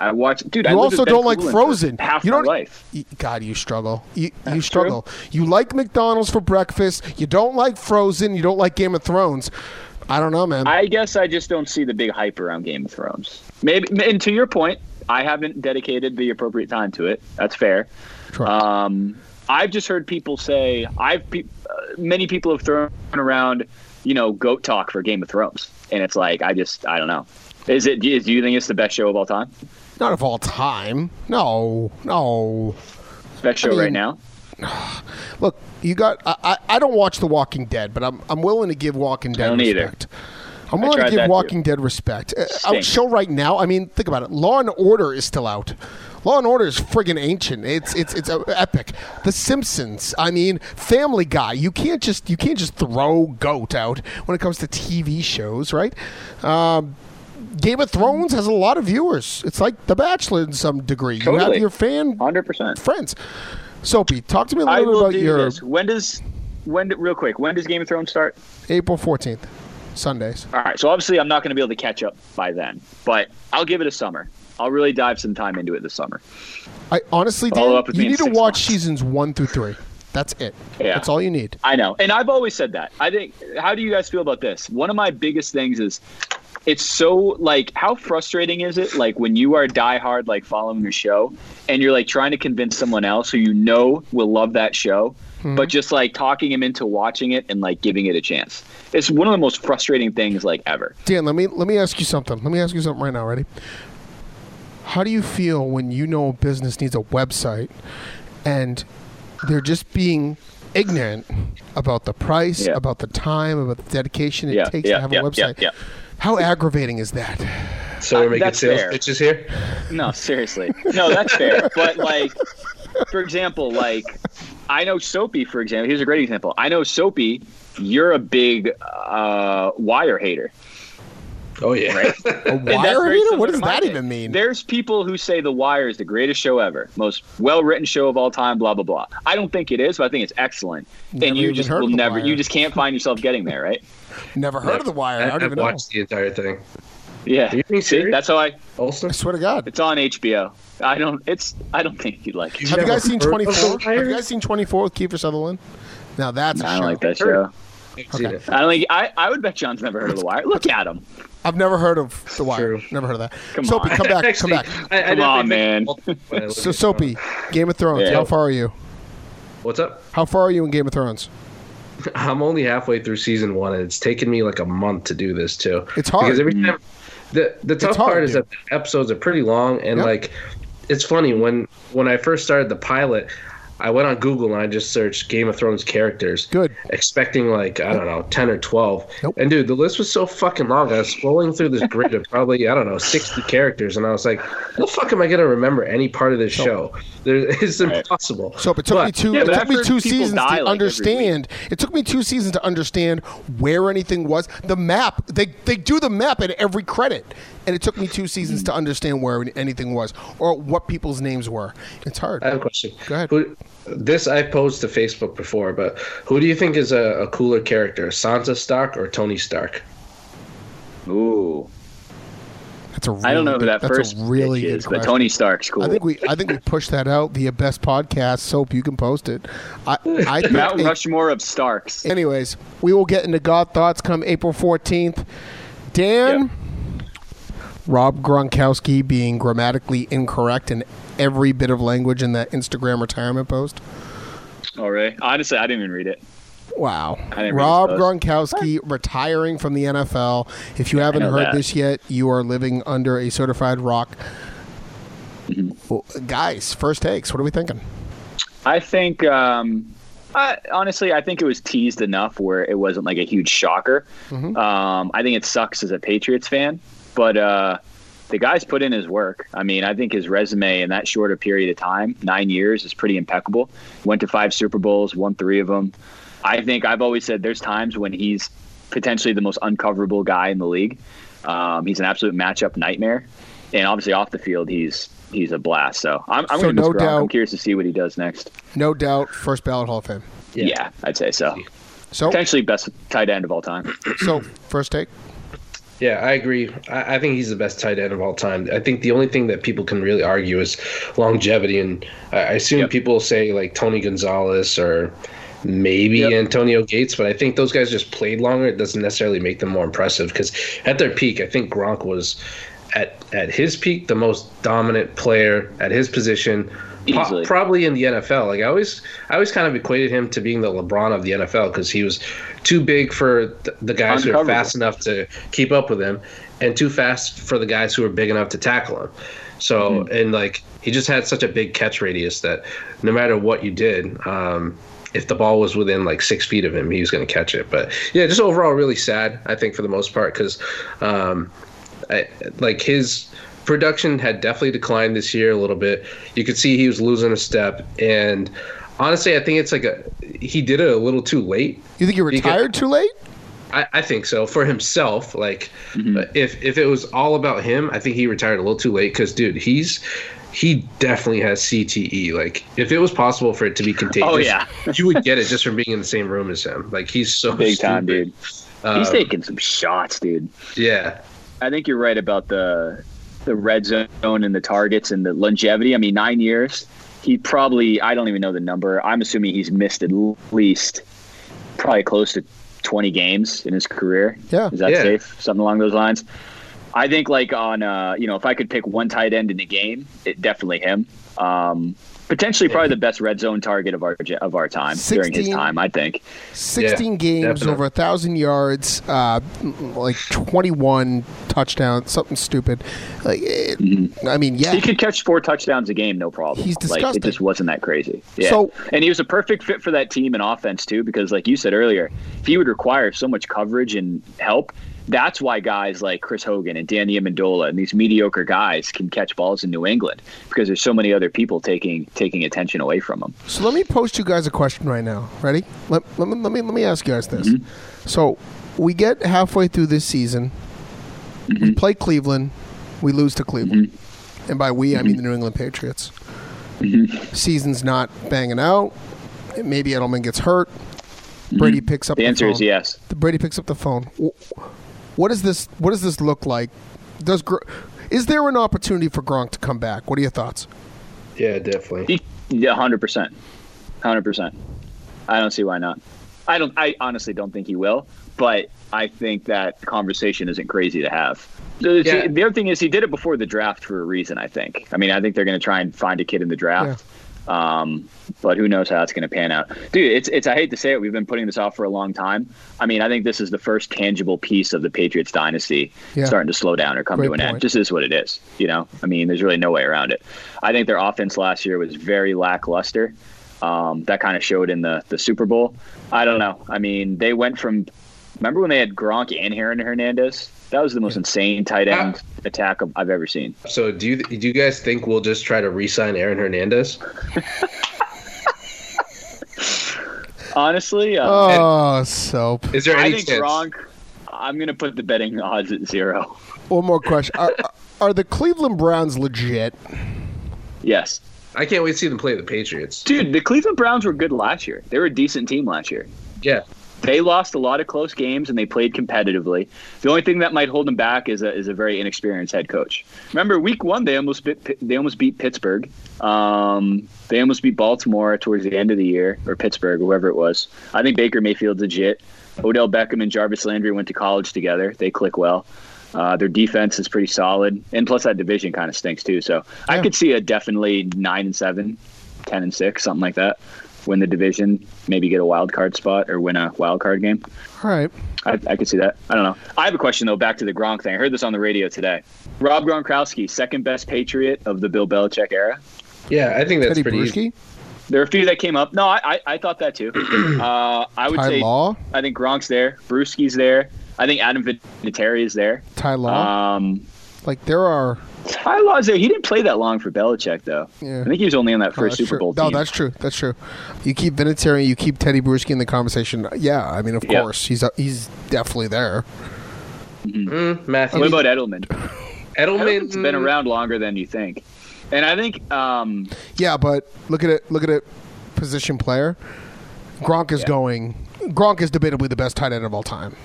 [SPEAKER 3] I watched. Dude, I
[SPEAKER 4] you
[SPEAKER 3] lived
[SPEAKER 4] also
[SPEAKER 3] with Ben
[SPEAKER 4] don't like
[SPEAKER 3] Coolin for
[SPEAKER 4] Frozen.
[SPEAKER 3] Half
[SPEAKER 4] you
[SPEAKER 3] my
[SPEAKER 4] don't.
[SPEAKER 3] life.
[SPEAKER 4] Y- God, you struggle. You you struggle. You like McDonald's for breakfast. You don't like Frozen. You don't like Game of Thrones. I don't know, man.
[SPEAKER 3] I guess I just don't see the big hype around Game of Thrones. Maybe, and to your point, I haven't dedicated the appropriate time to it. That's fair.
[SPEAKER 4] Sure.
[SPEAKER 3] Um, I've just heard people say I've pe- uh, many people have thrown around, you know, goat talk for Game of Thrones, and it's like I just I don't know. Is it? Do you, do you think it's the best show of all time?
[SPEAKER 4] Not of all time. No, no.
[SPEAKER 3] Best show
[SPEAKER 4] mean-
[SPEAKER 3] right now?
[SPEAKER 4] Look, you got. I, I, I don't watch The Walking Dead, but I'm I'm willing to give Walking Dead
[SPEAKER 3] don't either.
[SPEAKER 4] respect. I'm willing to
[SPEAKER 3] tried that,
[SPEAKER 4] give
[SPEAKER 3] too.
[SPEAKER 4] Walking Dead respect. Uh, Our
[SPEAKER 3] Stinks.
[SPEAKER 4] show right now. I mean, think about it. Law and Order is still out. Law and Order is friggin' ancient. It's it's it's uh, epic. The Simpsons. I mean, Family Guy. You can't just you can't just throw goat out when it comes to TV shows, right? Um, Game of Thrones has a lot of viewers. It's like The Bachelor in some degree. You have
[SPEAKER 3] Totally.
[SPEAKER 4] your fan
[SPEAKER 3] Hundred percent.
[SPEAKER 4] friends. Soapy, talk to me a
[SPEAKER 3] I
[SPEAKER 4] little bit
[SPEAKER 3] will
[SPEAKER 4] about
[SPEAKER 3] do
[SPEAKER 4] your
[SPEAKER 3] this. When does when do- real quick? When does Game of Thrones start?
[SPEAKER 4] April 14th, Sundays.
[SPEAKER 3] All right. So obviously, I'm not going to be able to catch up by then, but I'll give it a summer. I'll really dive some time into it this summer.
[SPEAKER 4] I honestly,
[SPEAKER 3] Follow
[SPEAKER 4] Dan,
[SPEAKER 3] up with
[SPEAKER 4] you
[SPEAKER 3] me in
[SPEAKER 4] need to watch
[SPEAKER 3] six months.
[SPEAKER 4] seasons one through three. That's it.
[SPEAKER 3] Yeah.
[SPEAKER 4] That's all you need.
[SPEAKER 3] I know. And I've always said that. I think how do you guys feel about this? One of my biggest things is it's so like how frustrating is it like when you are diehard like following a show and you're like trying to convince someone else who you know will love that show but just like talking him into watching it and like giving it a chance. It's one of the most frustrating things like ever.
[SPEAKER 4] Dan, let me let me ask you something. Let me ask you something right now. Ready? How do you feel when you know a business needs a website and they're just being ignorant about the price,
[SPEAKER 3] Yeah.
[SPEAKER 4] about the time, about the dedication it
[SPEAKER 3] Yeah,
[SPEAKER 4] takes
[SPEAKER 3] yeah,
[SPEAKER 4] to have
[SPEAKER 3] yeah,
[SPEAKER 4] a
[SPEAKER 3] yeah,
[SPEAKER 4] website?
[SPEAKER 3] yeah.
[SPEAKER 4] How aggravating is that?
[SPEAKER 5] So we're making
[SPEAKER 3] that's
[SPEAKER 5] sales
[SPEAKER 3] fair.
[SPEAKER 5] pitches here.
[SPEAKER 3] No, seriously. No, that's fair. But like, for example, like I know Soapy. For example, here's a great example. I know Soapy. You're a big uh, wire hater.
[SPEAKER 5] Oh yeah.
[SPEAKER 4] A
[SPEAKER 3] And that's
[SPEAKER 4] wire
[SPEAKER 3] very
[SPEAKER 4] reader?
[SPEAKER 3] similar
[SPEAKER 4] What
[SPEAKER 3] to
[SPEAKER 4] does
[SPEAKER 3] my
[SPEAKER 4] that
[SPEAKER 3] thing.
[SPEAKER 4] even mean?
[SPEAKER 3] There's people who say The Wire is the greatest show ever, most well-written show of all time, blah blah blah. I don't think it is, but I think it's excellent.
[SPEAKER 4] Never
[SPEAKER 3] and you
[SPEAKER 4] even
[SPEAKER 3] just
[SPEAKER 4] heard
[SPEAKER 3] will
[SPEAKER 4] of The
[SPEAKER 3] never,
[SPEAKER 4] Wire.
[SPEAKER 3] you just can't find yourself getting there, right?
[SPEAKER 4] Never heard of the wire. I,
[SPEAKER 5] I,
[SPEAKER 4] don't
[SPEAKER 5] have
[SPEAKER 4] even know.
[SPEAKER 5] watched the entire thing.
[SPEAKER 3] Yeah.
[SPEAKER 5] you being
[SPEAKER 3] See,
[SPEAKER 5] serious?
[SPEAKER 3] that's how I.
[SPEAKER 5] Olson.
[SPEAKER 4] I swear to God.
[SPEAKER 3] It's on HBO. I don't. It's. I don't think you'd like it.
[SPEAKER 4] Have you
[SPEAKER 5] Never
[SPEAKER 4] guys seen
[SPEAKER 5] heard of
[SPEAKER 4] 24? Have you
[SPEAKER 5] Empire?
[SPEAKER 4] guys seen 24 with Kiefer Sutherland? Now that's a
[SPEAKER 3] I
[SPEAKER 4] show.
[SPEAKER 3] don't like that
[SPEAKER 5] Sure.
[SPEAKER 3] show.
[SPEAKER 5] I've seen
[SPEAKER 4] Okay.
[SPEAKER 5] it.
[SPEAKER 3] I don't think. I. I would bet John's never heard of The Wire. Look at him.
[SPEAKER 4] I've never heard of The Wire.
[SPEAKER 5] True.
[SPEAKER 4] Never heard of that.
[SPEAKER 3] Come
[SPEAKER 4] Soapy,
[SPEAKER 3] on.
[SPEAKER 4] come back.
[SPEAKER 5] Actually,
[SPEAKER 4] come back.
[SPEAKER 5] I- I
[SPEAKER 3] Come
[SPEAKER 5] didn't think-
[SPEAKER 3] on, man.
[SPEAKER 5] When I looked
[SPEAKER 4] So
[SPEAKER 5] at it.
[SPEAKER 4] Soapy, Game of Thrones.
[SPEAKER 3] Yeah.
[SPEAKER 4] How far are you?
[SPEAKER 5] What's up?
[SPEAKER 4] How far are you in Game of Thrones?
[SPEAKER 5] I'm only halfway through season one, and it's taken me like a month to do this too.
[SPEAKER 4] It's hard.
[SPEAKER 5] because every time the the tough
[SPEAKER 4] hard,
[SPEAKER 5] part is
[SPEAKER 4] dude.
[SPEAKER 5] that the episodes are pretty long, and
[SPEAKER 4] Yep.
[SPEAKER 5] like it's funny when when I first started the pilot, I went on Google and I just searched Game of Thrones characters,
[SPEAKER 4] Good.
[SPEAKER 5] expecting like I don't know ten or twelve,
[SPEAKER 4] Nope.
[SPEAKER 5] and dude, the list was so fucking long. I was scrolling through this grid of probably I don't know sixty characters, and I was like, "How the fuck am I gonna remember any part of this show? There, it's impossible."
[SPEAKER 4] So it took
[SPEAKER 5] But-
[SPEAKER 4] me two.
[SPEAKER 3] Yeah,
[SPEAKER 4] it
[SPEAKER 3] but
[SPEAKER 4] took
[SPEAKER 3] I've
[SPEAKER 4] me
[SPEAKER 3] heard
[SPEAKER 4] two
[SPEAKER 3] people
[SPEAKER 4] seasons
[SPEAKER 3] die, like,
[SPEAKER 4] to
[SPEAKER 3] every
[SPEAKER 4] understand. It took me two seasons to understand where anything was. The map. They they do the map in every credit. and it took me two seasons to understand where anything was or what people's names were. It's hard.
[SPEAKER 3] Uh,
[SPEAKER 5] I have a question.
[SPEAKER 4] Go ahead.
[SPEAKER 5] Who, this I posed to Facebook before, but who do you think is a, a cooler character, Sansa Stark or Tony Stark?
[SPEAKER 3] Ooh,
[SPEAKER 4] That's a really
[SPEAKER 3] I don't know who
[SPEAKER 4] big-
[SPEAKER 3] that
[SPEAKER 4] that's
[SPEAKER 3] first
[SPEAKER 4] a really
[SPEAKER 3] bitch
[SPEAKER 4] good
[SPEAKER 3] is,
[SPEAKER 4] question.
[SPEAKER 3] but Tony Stark's cool.
[SPEAKER 4] I think we I think we pushed that out via best podcast soap. You can post it. I I think
[SPEAKER 3] Mount
[SPEAKER 4] it-
[SPEAKER 3] Rushmore of Starks.
[SPEAKER 4] anyways, we will get into God thoughts come April fourteenth. Dan,
[SPEAKER 3] Yep.
[SPEAKER 4] Rob Gronkowski being grammatically incorrect in every bit of language in that Instagram retirement post.
[SPEAKER 3] All right. Honestly, I didn't even read it.
[SPEAKER 4] Wow.
[SPEAKER 3] didn't read
[SPEAKER 4] Rob
[SPEAKER 3] his
[SPEAKER 4] Gronkowski retiring from the NFL. If you haven't
[SPEAKER 3] know
[SPEAKER 4] heard
[SPEAKER 3] that.
[SPEAKER 4] this yet, you are living under a certified rock.
[SPEAKER 3] Mm-hmm.
[SPEAKER 4] Well, guys, first takes. What are we thinking?
[SPEAKER 3] I think, um, I, honestly, I think it was teased enough where it wasn't like a huge shocker.
[SPEAKER 4] Mm-hmm.
[SPEAKER 3] Um, I think it sucks as a Patriots fan, but uh, the guy's put in his work. I mean, I think his resume in that shorter period of time, nine years, is pretty impeccable. Went to five Super Bowls, won three of them. I think I've always said there's times when he's potentially the most uncoverable guy in the league. Um, he's an absolute matchup nightmare, and obviously off the field, he's he's a blast. So I'm, I'm
[SPEAKER 4] So
[SPEAKER 3] going to
[SPEAKER 4] no
[SPEAKER 3] miss Gronk. I'm
[SPEAKER 4] doubt-
[SPEAKER 3] curious to see what he does next.
[SPEAKER 4] No doubt, first ballot Hall of Fame.
[SPEAKER 3] Yeah, I'd say so.
[SPEAKER 4] So,
[SPEAKER 3] Potentially best tight end of all time.
[SPEAKER 4] so first take.
[SPEAKER 5] Yeah, I agree. I, I think he's the best tight end of all time. I think the only thing that people can really argue is longevity, and I, I assume
[SPEAKER 3] Yep.
[SPEAKER 5] people say like Tony Gonzalez or maybe
[SPEAKER 3] Yep.
[SPEAKER 5] Antonio Gates, but I think those guys just played longer. It doesn't necessarily make them more impressive because at their peak, I think Gronk was at at his peak the most dominant player at his position. po-
[SPEAKER 3] Easily.
[SPEAKER 5] probably in the NFL. Like I always, I always kind of equated him to being the LeBron of the NFL because he was too big for th- the guys who are
[SPEAKER 3] Uncoverable.
[SPEAKER 5] fast enough to keep up with him, and too fast for the guys who are big enough to tackle him. So and like he just had such a big catch radius that no matter what you did, um, if the ball was within like six feet of him, he was going to catch it. But yeah, just overall really sad. I think for the most part because. Um, I, like his production had definitely declined this year a little bit. You could see he was losing a step, and honestly, I think it's like a he did it a little too late.
[SPEAKER 4] You think you
[SPEAKER 5] You get-
[SPEAKER 4] retired too late?
[SPEAKER 5] I, I think so for himself. Like,
[SPEAKER 3] Mm-hmm.
[SPEAKER 5] uh, if if it was all about him, I think he retired a little too late because dude, he's he definitely has CTE. Like, if it was possible for it to be contagious,
[SPEAKER 3] Oh, yeah.
[SPEAKER 5] you would get it just from being in the same room as him. Like, he's so
[SPEAKER 3] Big time,
[SPEAKER 5] stupid.
[SPEAKER 3] dude. Uh,
[SPEAKER 5] Um,
[SPEAKER 3] He's taking some shots, dude.
[SPEAKER 5] yeah.
[SPEAKER 3] I think you're right about the the red zone and the targets and the longevity. I mean, nine years. He probably I don't even know the number. I'm assuming he's missed at least probably close to 20 games in his career.
[SPEAKER 4] Yeah.
[SPEAKER 3] Is that
[SPEAKER 5] Yeah.
[SPEAKER 3] safe? Something along those lines. I think like on uh, you know if I could pick one tight end in the game, it definitely him. Um, potentially probably the best red zone target of our of our time during his
[SPEAKER 4] 16.
[SPEAKER 3] time. I think.
[SPEAKER 4] 16 games,
[SPEAKER 5] definitely.
[SPEAKER 4] over a 1,000 yards, uh, like 21 touchdowns, something stupid. Like, it,
[SPEAKER 5] Mm-hmm.
[SPEAKER 4] I mean, yeah.
[SPEAKER 3] He could catch four touchdowns a game, no problem.
[SPEAKER 4] He's
[SPEAKER 3] Like,
[SPEAKER 4] disgusting.
[SPEAKER 3] it just wasn't that crazy. Yeah.
[SPEAKER 4] So-
[SPEAKER 3] and he was a perfect fit for that team and offense too, because like you said earlier, he would require so much coverage and help. That's why guys like Chris Hogan and Danny Amendola and these mediocre guys can catch balls in New England because there's so many other people taking taking attention away from them.
[SPEAKER 4] So let me post you guys a question right now. Ready? Let, let, me, let, me, let me ask you guys this.
[SPEAKER 3] Mm-hmm.
[SPEAKER 4] So we get halfway through this season.
[SPEAKER 3] Mm-hmm.
[SPEAKER 4] We play Cleveland. We lose to Cleveland. And by we, I mean the
[SPEAKER 3] Mm-hmm.
[SPEAKER 4] New England Patriots. Season's not banging out. Maybe Edelman gets hurt. Brady picks up
[SPEAKER 3] Mm-hmm. The
[SPEAKER 4] the
[SPEAKER 3] answer is
[SPEAKER 4] phone.
[SPEAKER 3] yes.
[SPEAKER 4] The Brady picks up the phone. W- What does this? What does this look like? Does Gr- is there an opportunity for Gronk to come back? What are your thoughts?
[SPEAKER 5] Yeah, definitely.
[SPEAKER 3] He, yeah, hundred percent, hundred percent. I don't see why not. I don't. I honestly don't think he will, but I think that conversation isn't crazy to have. The, the-
[SPEAKER 5] Yeah.
[SPEAKER 3] the other thing is he did it before the draft for a reason. I think. I mean, I think they're going to try Uh, and find a kid in the draft. Um, but who knows how it's going to pan out, dude? It's it's. I hate to say it. We've been putting this off for a long time. I mean, I think this is the first tangible piece of the Patriots dynasty
[SPEAKER 4] Yeah.
[SPEAKER 3] starting to slow down or come
[SPEAKER 4] Great
[SPEAKER 3] to an
[SPEAKER 4] point.
[SPEAKER 3] end. Just is what it is. You know, I mean, there's really no way around it. I think their offense last year was very lackluster. Um, that kind of showed in the the Super Bowl. I don't know. I mean, they went from. Remember when they had Gronk and Aaron Hernandez? That was the most insane tight end attack of- I've ever seen.
[SPEAKER 5] So do you do you guys think we'll just try to re-sign Aaron Hernandez?
[SPEAKER 3] Honestly, uh,
[SPEAKER 4] Oh, soap.
[SPEAKER 5] Is there
[SPEAKER 3] I
[SPEAKER 5] any
[SPEAKER 3] think
[SPEAKER 5] chance?
[SPEAKER 3] Gronk. I'm gonna put the betting odds at zero.
[SPEAKER 4] One more question: are, are the Cleveland Browns legit?
[SPEAKER 3] Yes.
[SPEAKER 5] I can't wait to see them play the Patriots.
[SPEAKER 3] Dude, the Cleveland Browns were good last year. They were a decent team last year.
[SPEAKER 5] Yeah.
[SPEAKER 3] They lost a lot of close games and they played competitively. The only thing that might hold them back is a, is a very inexperienced head coach. Remember, week one they almost bit, they almost beat Pittsburgh. Um, they almost beat Baltimore towards the end of the year or Pittsburgh, whoever it was. I think Baker Mayfield's legit. Odell Beckham and Jarvis Landry went to college together. They click well. Uh, their defense is pretty solid, and plus that division kind of stinks too. So I
[SPEAKER 4] Yeah.
[SPEAKER 3] could see a definitely nine and seven, 10 and six, something like that. Win the division, maybe get a wild card spot or win a wild card game.
[SPEAKER 4] All right.
[SPEAKER 3] I, I could see that. I don't know. I have a question though. Back to the Gronk thing. I heard this on the radio today. Rob Gronkowski, second best Patriot of the Bill Belichick era.
[SPEAKER 5] Yeah, I think that's
[SPEAKER 4] Teddy
[SPEAKER 5] pretty easy.
[SPEAKER 4] Bruschi,
[SPEAKER 3] There are a few that came up. No, I I, I thought that too. Uh, I would
[SPEAKER 4] Ty
[SPEAKER 3] say
[SPEAKER 4] Law,
[SPEAKER 3] I think Gronk's there. Brewski's there. I think Adam Vinatieri is there.
[SPEAKER 4] Ty Law.
[SPEAKER 3] Um,
[SPEAKER 4] like there are. uh,
[SPEAKER 3] Ty Law's there. He didn't play that long for Belichick, though.
[SPEAKER 4] Yeah.
[SPEAKER 3] I think he was only on that
[SPEAKER 4] Oh,
[SPEAKER 3] first
[SPEAKER 4] that's
[SPEAKER 3] Super
[SPEAKER 4] true.
[SPEAKER 3] Bowl
[SPEAKER 4] No,
[SPEAKER 3] team.
[SPEAKER 4] that's true. That's true. You keep Vinatieri, you keep Teddy Bruschi in the conversation. Yeah, I mean, of
[SPEAKER 3] Yeah.
[SPEAKER 4] course, he's uh, he's definitely there.
[SPEAKER 5] Mm, Matthew
[SPEAKER 3] what about Edelman?
[SPEAKER 5] Edelman's
[SPEAKER 3] Edelman's been
[SPEAKER 5] Mm-hmm.
[SPEAKER 3] around longer than you think. And I think um,
[SPEAKER 4] Yeah, but look at it. Look at it. Position player. Gronk is going. Gronk is debatably the best tight end of all time.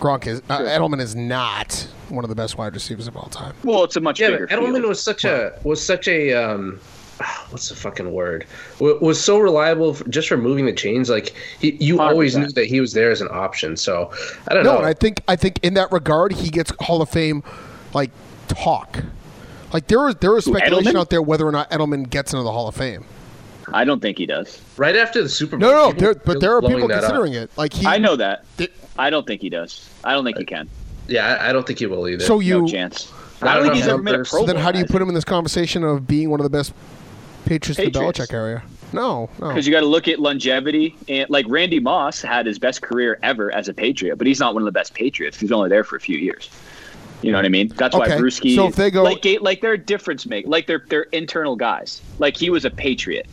[SPEAKER 4] Gronk is. Uh, Edelman is not one of the best wide receivers of all time.
[SPEAKER 3] well, it's a much
[SPEAKER 5] Yeah,
[SPEAKER 3] bigger
[SPEAKER 5] but Edelman
[SPEAKER 3] field.
[SPEAKER 5] was such a was such a um, what's the fucking word? W- was so reliable for, just for moving the chains. Like he, you always knew
[SPEAKER 3] 100%.
[SPEAKER 5] that he was there as an option. So I don't
[SPEAKER 4] No,
[SPEAKER 5] know.
[SPEAKER 4] and I think I think in that regard, he gets Hall of Fame like talk. Like there is there is speculation
[SPEAKER 3] Edelman?
[SPEAKER 4] out there whether or not Edelman gets into the Hall of Fame.
[SPEAKER 3] I don't think he does.
[SPEAKER 5] right after the Super Bowl.
[SPEAKER 4] No, no,
[SPEAKER 5] people
[SPEAKER 4] there,
[SPEAKER 5] were
[SPEAKER 4] but there are
[SPEAKER 5] blowing
[SPEAKER 4] people
[SPEAKER 5] that up.
[SPEAKER 4] considering it. Like he,
[SPEAKER 3] I know that.
[SPEAKER 4] Th-
[SPEAKER 3] I don't think he does. I don't think he can.
[SPEAKER 5] Yeah, I, I don't think he will either.
[SPEAKER 4] So you,
[SPEAKER 3] no chance.
[SPEAKER 5] I
[SPEAKER 3] I don't
[SPEAKER 5] don't know
[SPEAKER 3] think he's ever made a
[SPEAKER 5] numbers.
[SPEAKER 3] Pro
[SPEAKER 4] so then
[SPEAKER 3] Bowl,
[SPEAKER 4] how do you
[SPEAKER 3] guys.
[SPEAKER 4] put him in this conversation of being one of the best Patriots, in the
[SPEAKER 3] Patriots.
[SPEAKER 4] Belichick area? No, no.
[SPEAKER 3] Because you got to look at longevity, and like Randy Moss had his best career ever as a Patriot, but he's not one of the best Patriots. He's only there for a few years. You know what I mean? That's why
[SPEAKER 4] Okay,
[SPEAKER 3] Brewski.
[SPEAKER 4] so if they go-
[SPEAKER 3] like, ga- like they're difference make, like they're they're internal guys. Like he was a Patriot.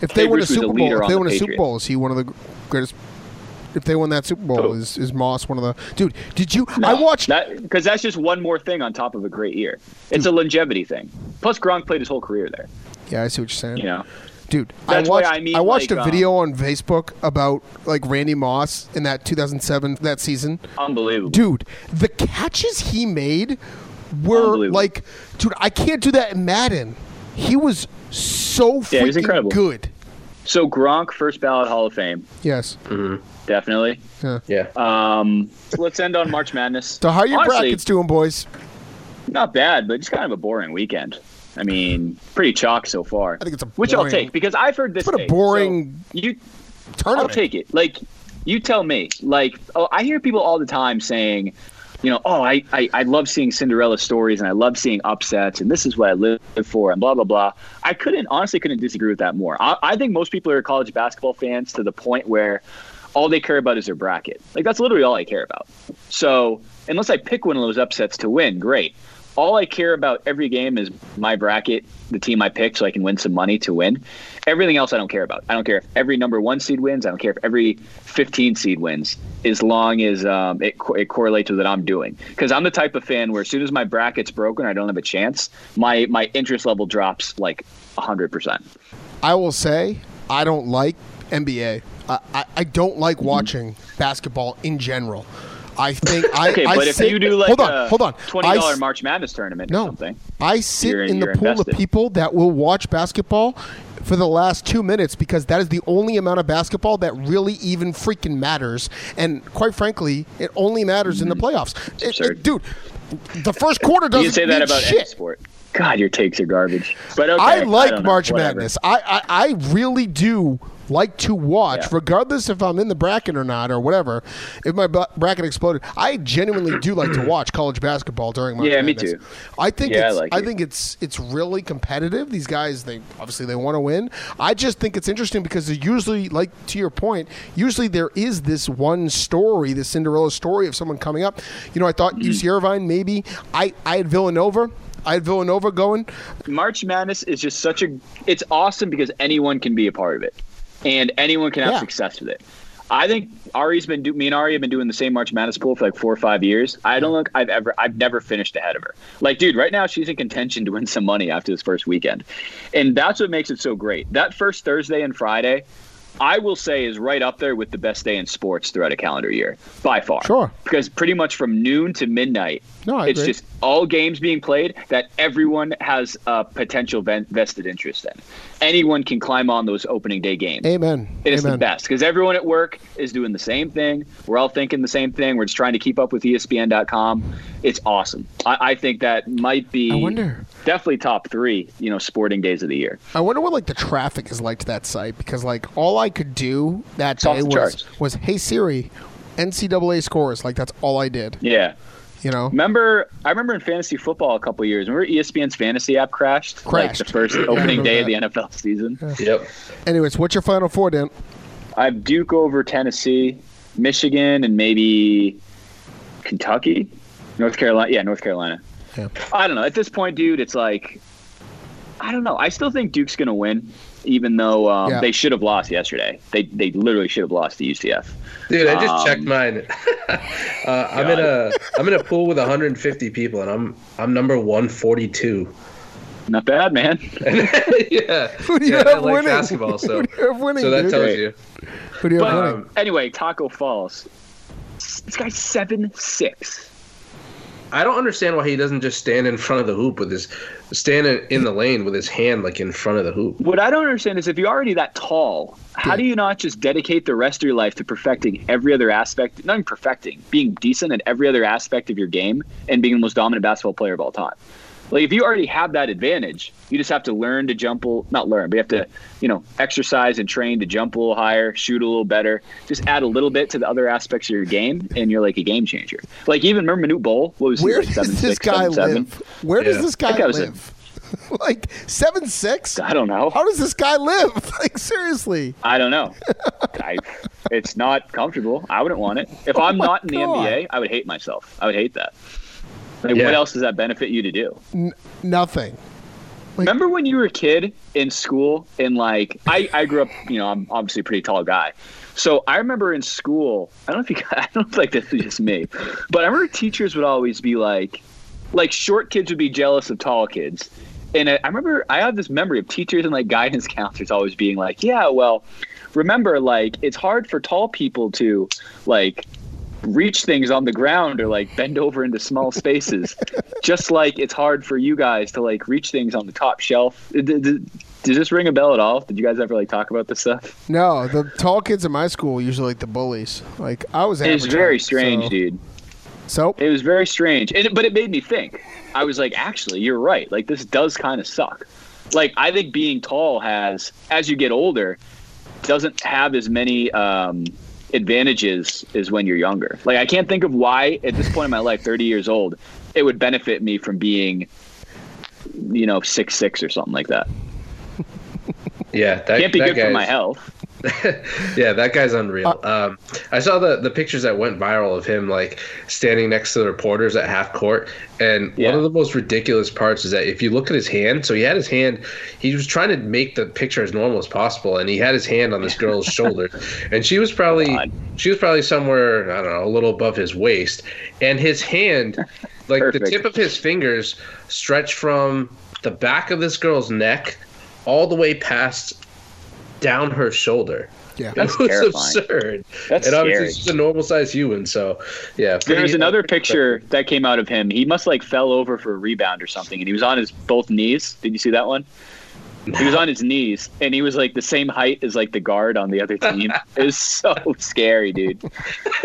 [SPEAKER 4] if they win a
[SPEAKER 3] Babe Ruth was a
[SPEAKER 4] Super
[SPEAKER 3] leader
[SPEAKER 4] Bowl, if
[SPEAKER 3] on
[SPEAKER 4] they
[SPEAKER 3] the
[SPEAKER 4] win a Super
[SPEAKER 3] Patriots.
[SPEAKER 4] Bowl, is he one of the greatest? If they win that Super Bowl,
[SPEAKER 3] Oh.
[SPEAKER 4] is is Moss one of the dude? Did you? I watched.
[SPEAKER 3] because that's just one more thing on top of a great year. It's a longevity thing. Plus Gronk played his whole career there.
[SPEAKER 4] yeah, I see what you're saying.
[SPEAKER 3] You know,
[SPEAKER 4] Dude,
[SPEAKER 3] That's
[SPEAKER 4] I
[SPEAKER 3] why
[SPEAKER 4] watched
[SPEAKER 3] I mean,
[SPEAKER 4] watched
[SPEAKER 3] like, uh,
[SPEAKER 4] a video on Facebook about like Randy Moss in that 2007 that season.
[SPEAKER 3] unbelievable.
[SPEAKER 4] Dude, the catches he made were
[SPEAKER 3] Unbelievable.
[SPEAKER 4] like dude, I can't do that in Madden. He was so
[SPEAKER 3] Yeah,
[SPEAKER 4] freaking
[SPEAKER 3] he was incredible.
[SPEAKER 4] good.
[SPEAKER 3] So Gronk, first ballot Hall of Fame,
[SPEAKER 4] Yes.
[SPEAKER 3] definitely.
[SPEAKER 4] Yeah.
[SPEAKER 5] yeah,
[SPEAKER 3] Um, let's end on March Madness.
[SPEAKER 4] So how are your
[SPEAKER 3] Honestly,
[SPEAKER 4] brackets doing, boys?
[SPEAKER 3] Not bad, but just kind of a boring weekend. I mean, pretty chalk so far.
[SPEAKER 4] I think it's a
[SPEAKER 3] which I'll
[SPEAKER 4] boring-
[SPEAKER 3] take because I've heard this.
[SPEAKER 4] What a
[SPEAKER 3] take.
[SPEAKER 4] boring
[SPEAKER 3] So you, I'll
[SPEAKER 4] Tournament.
[SPEAKER 3] take it. Like you tell me. Like oh, I hear people all the time saying, you know, oh, I, I I love seeing Cinderella stories and I love seeing upsets and this is what I live for and blah blah blah. I couldn't honestly couldn't disagree with that more. I, I think most people are college basketball fans to the point where all they care about is their bracket. Like that's literally all I care about. So unless I pick one of those upsets to win, great. All I care about every game is my bracket, the team I pick, so I can win some money to win. Everything else I don't care about. I don't care if every number one seed wins. I don't care if every 15 seed wins, as long as um, it, co- it correlates with what I'm doing. Because I'm the type of fan where as soon as my bracket's broken, I don't have a chance. My my interest level drops like 100%.
[SPEAKER 4] I will say I don't like NBA. I, I, I don't like
[SPEAKER 3] Mm-hmm.
[SPEAKER 4] watching basketball in general. I think I
[SPEAKER 3] Okay,
[SPEAKER 4] I
[SPEAKER 3] but if
[SPEAKER 4] sit-
[SPEAKER 3] you do like uh,
[SPEAKER 4] hold
[SPEAKER 3] a
[SPEAKER 4] on, hold on.
[SPEAKER 3] $20
[SPEAKER 4] I s-
[SPEAKER 3] March Madness tournament
[SPEAKER 4] No.
[SPEAKER 3] or something.
[SPEAKER 4] I sit
[SPEAKER 3] You're-
[SPEAKER 4] in the
[SPEAKER 3] you're
[SPEAKER 4] pool
[SPEAKER 3] invested.
[SPEAKER 4] of people that will watch basketball for the last two minutes because that is the only amount of basketball that really even freaking matters. And quite frankly, it only matters in the playoffs. It- it-
[SPEAKER 3] Mm-hmm. absurd.
[SPEAKER 4] dude, the first quarter doesn't
[SPEAKER 3] You say
[SPEAKER 4] mean
[SPEAKER 3] that about any
[SPEAKER 4] shit.
[SPEAKER 3] sport. God, your takes are garbage. But okay,
[SPEAKER 4] I like
[SPEAKER 3] don't know,
[SPEAKER 4] March
[SPEAKER 3] whatever.
[SPEAKER 4] Madness. I, I, I really do like to watch,
[SPEAKER 3] Yeah.
[SPEAKER 4] regardless if I'm in the bracket or not or whatever. If my bla- bracket exploded, I genuinely do like to watch college basketball during March
[SPEAKER 3] Yeah, me
[SPEAKER 4] Madness.
[SPEAKER 3] too.
[SPEAKER 4] I think
[SPEAKER 3] Yeah, I
[SPEAKER 4] it's, I,
[SPEAKER 3] like it.
[SPEAKER 4] think it's it's really competitive. These guys, they obviously they want to win. I just think it's interesting because there's usually, like to your point, usually there is this one story, the Cinderella story of someone coming up. You know, I thought
[SPEAKER 3] Mm.
[SPEAKER 4] UC Irvine maybe. I I had Villanova. I had Villanova going.
[SPEAKER 3] March Madness is just such a it's awesome because anyone can be a part of it and anyone can have
[SPEAKER 4] Yeah.
[SPEAKER 3] success with it. I think Ari's been do, me and Ari have been doing the same March Madness pool for like four or five years. I don't think I've ever I've never finished ahead of her. Like, dude, right now she's in contention to win some money after this first weekend, and that's what makes it so great. That first Thursday and Friday, I will say is right up there with the best day in sports throughout a calendar year by far.
[SPEAKER 4] Sure.
[SPEAKER 3] Because pretty much from noon to midnight,
[SPEAKER 4] No, I
[SPEAKER 3] it's
[SPEAKER 4] agree.
[SPEAKER 3] just all games being played that everyone has a potential ven- vested interest in. Anyone can climb on those opening day games.
[SPEAKER 4] Amen.
[SPEAKER 3] It is
[SPEAKER 4] Amen.
[SPEAKER 3] the best because everyone at work is doing the same thing. We're all thinking the same thing. We're just trying to keep up with E ESPN.com. It's awesome. I, I think that might be
[SPEAKER 4] I wonder.
[SPEAKER 3] definitely top three, you know, sporting days of the year.
[SPEAKER 4] I wonder what like the traffic is like to that site because like all I could do that
[SPEAKER 3] off
[SPEAKER 4] day
[SPEAKER 3] the
[SPEAKER 4] was
[SPEAKER 3] charts.
[SPEAKER 4] was hey Siri, NCAA scores. Like that's all I did.
[SPEAKER 3] Yeah.
[SPEAKER 4] You know.
[SPEAKER 3] Remember, I remember in fantasy football a couple years. Remember E ESPN's fantasy app crashed,
[SPEAKER 4] Crashed.
[SPEAKER 3] like the first opening
[SPEAKER 4] remember
[SPEAKER 3] day
[SPEAKER 4] that.
[SPEAKER 3] of the NFL season.
[SPEAKER 5] Yep.
[SPEAKER 4] Anyways, what's your final four, Dan?
[SPEAKER 3] I have Duke over Tennessee, Michigan, and maybe Kentucky, North Carolina. Yeah, North Carolina.
[SPEAKER 4] Yeah.
[SPEAKER 3] I don't know. At this point, dude, it's like I don't know. I still think Duke's going to win, even though um,
[SPEAKER 4] Yeah.
[SPEAKER 3] they should have lost yesterday. They they literally should have lost to UCF.
[SPEAKER 5] Dude, I just
[SPEAKER 3] Um,
[SPEAKER 5] checked mine. uh, I'm in a I'm in a pool with 150 people, and I'm I'm number 142.
[SPEAKER 3] Not bad, man.
[SPEAKER 5] yeah,
[SPEAKER 4] Who do you
[SPEAKER 5] yeah,
[SPEAKER 4] have
[SPEAKER 5] I like
[SPEAKER 4] winning?
[SPEAKER 5] basketball, so
[SPEAKER 4] Who do you have winning,
[SPEAKER 5] so that
[SPEAKER 4] dude?
[SPEAKER 5] tells you.
[SPEAKER 4] Who do you have
[SPEAKER 3] But
[SPEAKER 4] winning?
[SPEAKER 5] Um,
[SPEAKER 3] anyway, Taco Falls. This guy's seven six.
[SPEAKER 5] I don't understand why he doesn't just stand in front of the hoop with his stand in, in the lane with his hand like in front of the hoop.
[SPEAKER 3] What I don't understand is if you're already that tall, how do you not just dedicate the rest of your life to perfecting every other aspect? Not even perfecting, being decent at every other aspect of your game and being the most dominant basketball player of all time. Like if you already have that advantage, you just have to learn to jump, a, not learn, but you have to, you know, exercise and train to jump a little higher, shoot a little better, just add a little bit to the other aspects of your game, and you're like a game changer. Like even remember Manute Bowl, what was he,
[SPEAKER 4] Where
[SPEAKER 3] like,
[SPEAKER 4] does
[SPEAKER 3] seven,
[SPEAKER 4] this
[SPEAKER 3] six,
[SPEAKER 4] guy
[SPEAKER 3] seven, seven?
[SPEAKER 4] live? Where
[SPEAKER 5] Yeah.
[SPEAKER 4] does this guy
[SPEAKER 3] That guy was a-
[SPEAKER 4] live? like seven six?
[SPEAKER 3] I don't know.
[SPEAKER 4] How does this guy live? Like seriously?
[SPEAKER 3] I don't know. I, it's not comfortable. I wouldn't want it. If I'm
[SPEAKER 4] Oh my
[SPEAKER 3] not in the
[SPEAKER 4] God.
[SPEAKER 3] NBA, I would hate myself. I would hate that. Like,
[SPEAKER 5] Yeah.
[SPEAKER 3] what else does that benefit you to do?
[SPEAKER 4] Nothing.
[SPEAKER 3] Remember when you were a kid in school and like I, I grew up, you know, I'm obviously a pretty tall guy. So I remember in school, I don't know if you I don't think this is just me, but I remember teachers would always be like like short kids would be jealous of tall kids. And I, I remember I have this memory of teachers and like guidance counselors always being like, Yeah, well, remember like it's hard for tall people to like reach things on the ground or like bend over into small spaces just like it's hard for you guys to like reach things on the top shelf D- d- d- does this ring a bell at all did you guys ever like talk about this stuff
[SPEAKER 4] No, the tall kids in my school were usually like the bullies. Like I was.
[SPEAKER 3] it was
[SPEAKER 4] average
[SPEAKER 3] very
[SPEAKER 4] height,
[SPEAKER 3] strange
[SPEAKER 4] so-
[SPEAKER 3] dude
[SPEAKER 4] So
[SPEAKER 3] it was very strange and, but it made me think i was like actually you're right like this does kind of suck like i think being tall has as you get older doesn't have as many um advantages as when you're younger like i can't think of why at this point in my life 30 years old it would benefit me from being you know six six or something like that
[SPEAKER 5] Yeah, that,
[SPEAKER 3] can't be
[SPEAKER 5] that
[SPEAKER 3] good for
[SPEAKER 5] guy's-
[SPEAKER 3] my health
[SPEAKER 5] Yeah, that guy's unreal. um, I saw the the pictures that went viral of him like standing next to the reporters at half court, and
[SPEAKER 3] Yeah.
[SPEAKER 5] one of the most ridiculous parts is that if you look at his hand, so he had his hand, he was trying to make the picture as normal as possible, and he had his hand on this girl's shoulder, and she was probably
[SPEAKER 3] God.
[SPEAKER 5] she was probably somewhere I don't know a little above his waist, and his hand, like the
[SPEAKER 3] Perfect.
[SPEAKER 5] tip of his fingers, stretched from the back of this girl's neck all the way past down her shoulder.
[SPEAKER 4] yeah.
[SPEAKER 3] That's
[SPEAKER 5] it was
[SPEAKER 3] terrifying.
[SPEAKER 5] absurd.
[SPEAKER 3] That's
[SPEAKER 5] and obviously
[SPEAKER 3] scary.
[SPEAKER 5] it's just a normal sized human, so yeah.
[SPEAKER 3] There was
[SPEAKER 5] pretty-
[SPEAKER 3] another picture that came out of him. He must like fell over for a rebound or something, and he was on his both knees. Did you see that one? He was on his knees, and he was like the same height as like the guard on the other team. it was so scary, dude.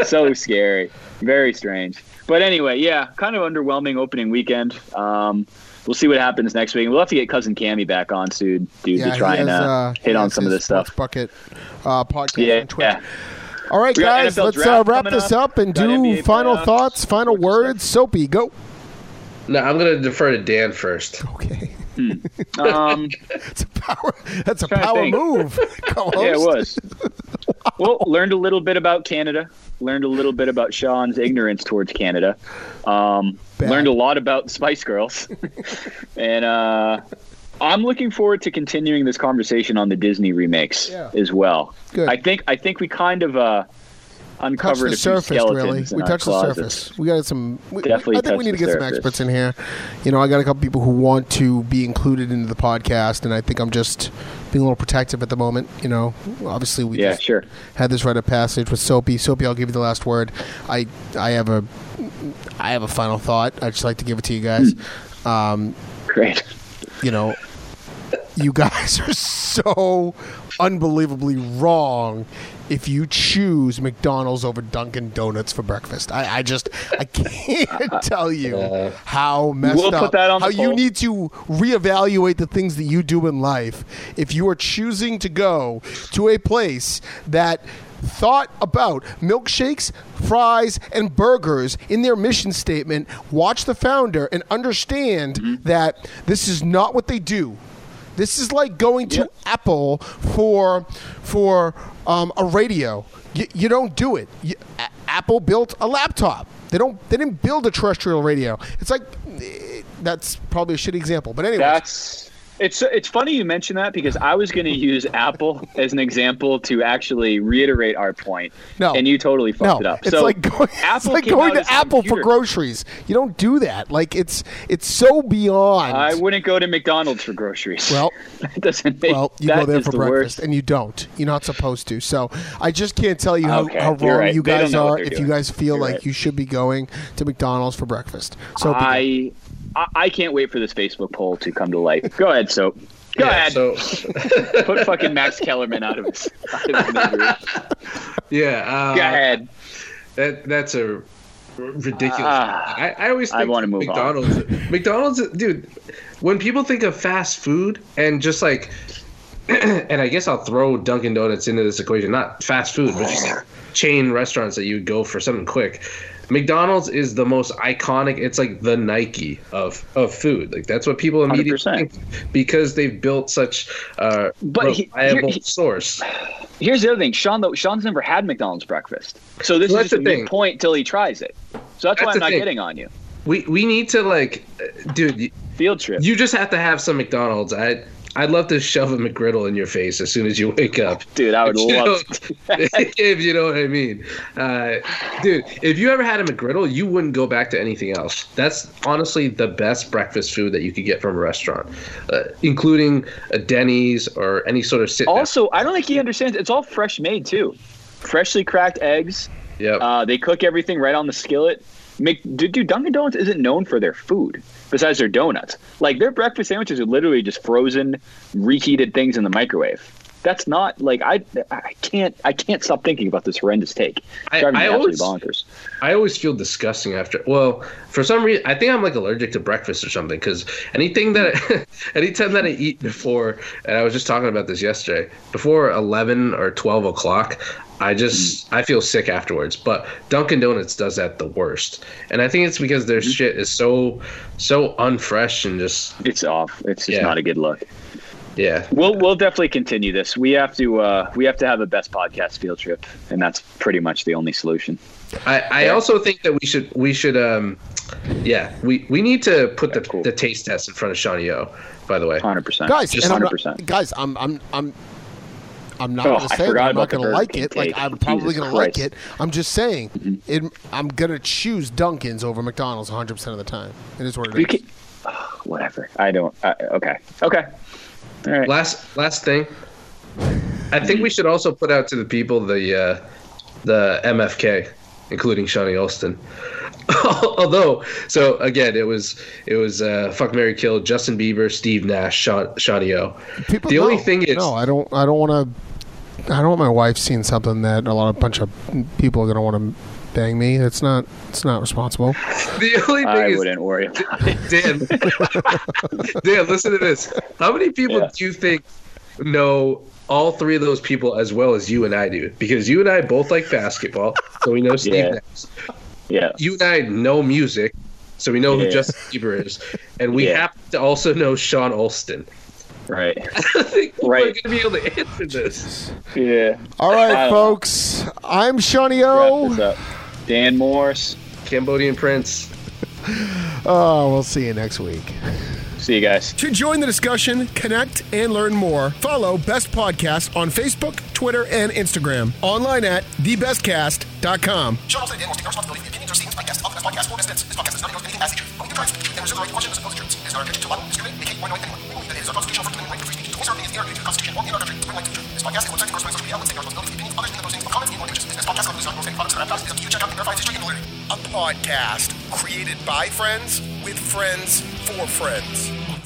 [SPEAKER 3] So scary. Very strange. But anyway, yeah, kind of underwhelming opening weekend. Um, we'll see what happens next week. We'll have to get cousin Cammy back on soon, dude,
[SPEAKER 4] Yeah,
[SPEAKER 3] to try
[SPEAKER 4] he
[SPEAKER 3] and
[SPEAKER 4] has,
[SPEAKER 3] uh,
[SPEAKER 4] he
[SPEAKER 3] hit on
[SPEAKER 4] has
[SPEAKER 3] some of
[SPEAKER 4] his
[SPEAKER 3] this stuff.
[SPEAKER 4] Sports Bucket uh, podcast
[SPEAKER 3] Yeah,
[SPEAKER 4] on Twitch.
[SPEAKER 3] yeah.
[SPEAKER 4] All right,
[SPEAKER 3] We got
[SPEAKER 4] guys,
[SPEAKER 3] NFL
[SPEAKER 4] let's uh,
[SPEAKER 3] draft
[SPEAKER 4] wrap
[SPEAKER 3] coming
[SPEAKER 4] this
[SPEAKER 3] up.
[SPEAKER 4] up and
[SPEAKER 3] Got
[SPEAKER 4] do
[SPEAKER 3] NBA
[SPEAKER 4] final
[SPEAKER 3] playoffs,
[SPEAKER 4] thoughts, final
[SPEAKER 3] sports stuff.
[SPEAKER 4] words. Soapy, go.
[SPEAKER 5] No, I'm gonna defer to Dan first.
[SPEAKER 4] Okay,
[SPEAKER 3] Hmm. Um,
[SPEAKER 4] it's a power. That's a
[SPEAKER 3] Trying to
[SPEAKER 4] power
[SPEAKER 3] think.
[SPEAKER 4] move. co-host.
[SPEAKER 3] Yeah, it was. well, learned a little bit about Canada. Learned a little bit about Sean's ignorance towards Canada. Um,
[SPEAKER 4] Bad.
[SPEAKER 3] learned a lot about Spice Girls, and uh, I'm looking forward to continuing this conversation on the Disney remakes
[SPEAKER 4] Yeah.
[SPEAKER 3] as well.
[SPEAKER 4] Good.
[SPEAKER 3] I think I think we kind of uh,
[SPEAKER 4] touched
[SPEAKER 3] uncovered
[SPEAKER 4] the
[SPEAKER 3] a few
[SPEAKER 4] surface,
[SPEAKER 3] skeletons
[SPEAKER 4] really.
[SPEAKER 3] in
[SPEAKER 4] We
[SPEAKER 3] our
[SPEAKER 4] touched the
[SPEAKER 3] closet.
[SPEAKER 4] surface. We got some. We,
[SPEAKER 3] Definitely
[SPEAKER 4] I think we
[SPEAKER 3] touched
[SPEAKER 4] need to
[SPEAKER 3] the
[SPEAKER 4] get some
[SPEAKER 3] surface.
[SPEAKER 4] experts in here. You know, I got a couple people who want to be included into the podcast, and I think I'm just being a little protective at the moment. You know, obviously we
[SPEAKER 3] Yeah,
[SPEAKER 4] just
[SPEAKER 3] sure.
[SPEAKER 4] had this rite of passage with Soapy. Soapy, I'll give you the last word. I I have a I have a final thought. I'd just like to give it to you guys. Um,
[SPEAKER 3] Great.
[SPEAKER 4] you know, you guys are so unbelievably wrong if you choose McDonald's over Dunkin' Donuts for breakfast. I, I just I can't tell you how messed
[SPEAKER 3] We'll
[SPEAKER 4] up
[SPEAKER 3] put that on the
[SPEAKER 4] how you
[SPEAKER 3] poll.
[SPEAKER 4] need to reevaluate the things that you do in life if you are choosing to go to a place that thought about milkshakes, fries, and burgers in their mission statement, watch the founder and understand
[SPEAKER 3] Mm-hmm.
[SPEAKER 4] that this is not what they do. This is like going to
[SPEAKER 3] Yeah.
[SPEAKER 4] Apple for for um, a radio. You, you don't do it. You, A- Apple built a laptop. They don't. They didn't build a terrestrial radio. It's like eh, that's probably a shitty example, but anyway.
[SPEAKER 3] That's it's it's funny you mention that because I was going to use Apple as an example to actually reiterate our point.
[SPEAKER 4] No.
[SPEAKER 3] and you totally
[SPEAKER 4] no,
[SPEAKER 3] fucked it up.
[SPEAKER 4] it's
[SPEAKER 3] so
[SPEAKER 4] like going, it's
[SPEAKER 3] Apple
[SPEAKER 4] like
[SPEAKER 3] came
[SPEAKER 4] going
[SPEAKER 3] out
[SPEAKER 4] to
[SPEAKER 3] as a
[SPEAKER 4] Apple for
[SPEAKER 3] computer.
[SPEAKER 4] groceries. You don't do that. Like it's it's so beyond.
[SPEAKER 3] I wouldn't go to McDonald's for groceries.
[SPEAKER 4] Well-
[SPEAKER 3] that doesn't make
[SPEAKER 4] well, you
[SPEAKER 3] that
[SPEAKER 4] go there
[SPEAKER 3] is
[SPEAKER 4] for
[SPEAKER 3] the
[SPEAKER 4] breakfast,
[SPEAKER 3] worst.
[SPEAKER 4] and you don't. You're not supposed to. So I just can't tell you how,
[SPEAKER 3] Okay,
[SPEAKER 4] how
[SPEAKER 3] you're
[SPEAKER 4] wrong
[SPEAKER 3] right.
[SPEAKER 4] you
[SPEAKER 3] They don't
[SPEAKER 4] guys
[SPEAKER 3] know what
[SPEAKER 4] are
[SPEAKER 3] they're
[SPEAKER 4] if you
[SPEAKER 3] doing.
[SPEAKER 4] guys feel
[SPEAKER 3] You're
[SPEAKER 4] like
[SPEAKER 3] right.
[SPEAKER 4] you should be going to McDonald's for breakfast. So
[SPEAKER 3] I, I I can't wait for this Facebook poll to come to light. Go ahead, soap. Go
[SPEAKER 5] Yeah,
[SPEAKER 3] ahead.
[SPEAKER 5] so
[SPEAKER 3] Put fucking Max Kellerman out of his. Out of his misery.
[SPEAKER 5] yeah, uh,
[SPEAKER 3] Go ahead.
[SPEAKER 5] That that's a r- ridiculous.
[SPEAKER 3] Ah,
[SPEAKER 5] I, I always
[SPEAKER 3] I
[SPEAKER 5] think
[SPEAKER 3] wanna move on.
[SPEAKER 5] McDonald's. McDonald's, dude. When people think of fast food and just like, and I guess I'll throw Dunkin' Donuts into this equation. Not fast food, but just like chain restaurants that you would go for something quick. McDonald's is the most iconic. It's like the Nike of of food. Like that's what people immediately
[SPEAKER 3] 100%.
[SPEAKER 5] think because they've built such a
[SPEAKER 3] But he-
[SPEAKER 5] reliable
[SPEAKER 3] here- he-
[SPEAKER 5] source.
[SPEAKER 3] Here's the other thing, Sean. Though Sean's never had McDonald's breakfast, so this
[SPEAKER 5] Well, that's
[SPEAKER 3] is just a
[SPEAKER 5] the
[SPEAKER 3] moot
[SPEAKER 5] thing.
[SPEAKER 3] point till he tries it. So that's,
[SPEAKER 5] That's
[SPEAKER 3] why I'm
[SPEAKER 5] the
[SPEAKER 3] not
[SPEAKER 5] thing.
[SPEAKER 3] getting on you.
[SPEAKER 5] We we need to like, uh, dude.
[SPEAKER 3] Field trip.
[SPEAKER 5] You just have to have some McDonald's. I I'd love to shove a McGriddle in your face as soon as you wake up.
[SPEAKER 3] Dude, I would
[SPEAKER 5] You
[SPEAKER 3] love
[SPEAKER 5] know- if you know what I mean, uh, dude. If you ever had a McGriddle, you wouldn't go back to anything else. That's honestly the best breakfast food that you could get from a restaurant, uh, including a Denny's or any sort of sit. down.
[SPEAKER 3] Also, I don't think he understands. It's all fresh made too, freshly cracked eggs.
[SPEAKER 5] yep.
[SPEAKER 3] Uh, they cook everything right on the skillet. Mc- dude, dude, Dunkin' Donuts isn't known for their food besides their donuts. Like their breakfast sandwiches are literally just frozen, reheated things in the microwave. That's not like I. I can't. I can't stop thinking about this horrendous take.
[SPEAKER 5] I-
[SPEAKER 3] It's driving me
[SPEAKER 5] I
[SPEAKER 3] absolutely
[SPEAKER 5] always-
[SPEAKER 3] bonkers.
[SPEAKER 5] I always feel disgusting after. Well, for some reason, I think I'm like allergic to breakfast or something. Because anything that, anytime that I eat before, and I was just talking about this yesterday, before 11 or 12 o'clock, I just
[SPEAKER 3] Mm.
[SPEAKER 5] I feel sick afterwards. But Dunkin' Donuts does that the worst, and I think it's because their
[SPEAKER 3] Mm-hmm.
[SPEAKER 5] shit is so so unfresh and just
[SPEAKER 3] It's off. It's just
[SPEAKER 5] Yeah.
[SPEAKER 3] not a good look.
[SPEAKER 5] yeah.
[SPEAKER 3] We'll we'll definitely continue this. We have to uh, we have to have a best podcast field trip, and that's pretty much the only solution.
[SPEAKER 5] I, I also think that we should we should um yeah we we need to put the,
[SPEAKER 3] cool.
[SPEAKER 5] the taste test in front of Shawnee O. By the way,
[SPEAKER 3] Hundred percent,
[SPEAKER 4] guys, and I'm
[SPEAKER 3] hundred
[SPEAKER 4] not-
[SPEAKER 3] percent.
[SPEAKER 4] guys, I'm I'm I'm I'm not
[SPEAKER 3] Oh,
[SPEAKER 4] gonna
[SPEAKER 3] I
[SPEAKER 4] say that.
[SPEAKER 3] forgot
[SPEAKER 4] I'm not
[SPEAKER 3] about the
[SPEAKER 4] gonna
[SPEAKER 3] Burger
[SPEAKER 4] like
[SPEAKER 3] King
[SPEAKER 4] it. Like
[SPEAKER 3] cake.
[SPEAKER 4] I'm probably
[SPEAKER 3] Jesus
[SPEAKER 4] gonna like
[SPEAKER 3] Christ. Mm-hmm.
[SPEAKER 4] it. I'm just saying, it, I'm gonna choose Dunkin's over McDonald's 100 percent of the time. It is what it is.
[SPEAKER 3] You can, Ugh, whatever. I don't. I, okay. Okay. All right.
[SPEAKER 5] Last last thing, I think we should also put out to the people the uh, the MFK, including Shawnee Olston. Although, so again, it was it was uh, fuck Mary Kill, Justin Bieber, Steve Nash, Sha- Shawnee O.
[SPEAKER 4] People,
[SPEAKER 5] the only
[SPEAKER 4] no,
[SPEAKER 5] thing is,
[SPEAKER 4] no, I don't. I don't want to. I don't want my wife seeing something that a lot of bunch of people are gonna want to bang me. It's not. It's not responsible.
[SPEAKER 5] the only thing
[SPEAKER 3] I
[SPEAKER 5] is,
[SPEAKER 3] wouldn't worry about it.
[SPEAKER 5] Dan, Dan, listen to this. How many people
[SPEAKER 3] Yeah.
[SPEAKER 5] do you think know all three of those people as well as you and I do? Because you and I both like basketball, so we know Steve
[SPEAKER 3] Yeah.
[SPEAKER 5] Nash.
[SPEAKER 3] Yeah.
[SPEAKER 5] you and I know music, so we know who
[SPEAKER 3] Yeah.
[SPEAKER 5] Justin Bieber is, and we
[SPEAKER 3] Yeah.
[SPEAKER 5] happen to also know Sean Olston.
[SPEAKER 3] Right.
[SPEAKER 5] I think people are
[SPEAKER 3] Right.
[SPEAKER 5] going to be able to answer this.
[SPEAKER 3] Yeah.
[SPEAKER 4] All
[SPEAKER 3] I
[SPEAKER 4] right,
[SPEAKER 3] don't
[SPEAKER 4] folks. I'm Shawnee
[SPEAKER 3] Wrap this
[SPEAKER 4] O.
[SPEAKER 3] up. Dan Morse.
[SPEAKER 5] Cambodian Prince.
[SPEAKER 4] Uh, Oh, we'll see you next week.
[SPEAKER 3] See you guys.
[SPEAKER 4] To join the discussion, connect, and learn more, follow Best Podcast on Facebook, Twitter, and Instagram. Online at thebestcast.com.
[SPEAKER 1] Should also demo take responsibility for the opinions or statements by guests of the best podcast or residents. This podcast does not endorse anything as nature. Only deprives and reserve the right to question and suppose truths. It is not our intention to libel, discriminate, make hate, or annoy anyone. We believe that it is our constitutional First Amendment right to free speech to voice our opinions in our to the Constitution or in our country. We like to the truth. This podcast is website endorsed by social media. Let's take responsibility for the opinions of others in the posting of comments and or images. This podcast includes non-gross products and products. It's up to you to check out and verify its history and validity.
[SPEAKER 2] A podcast created by friends with friends for friends.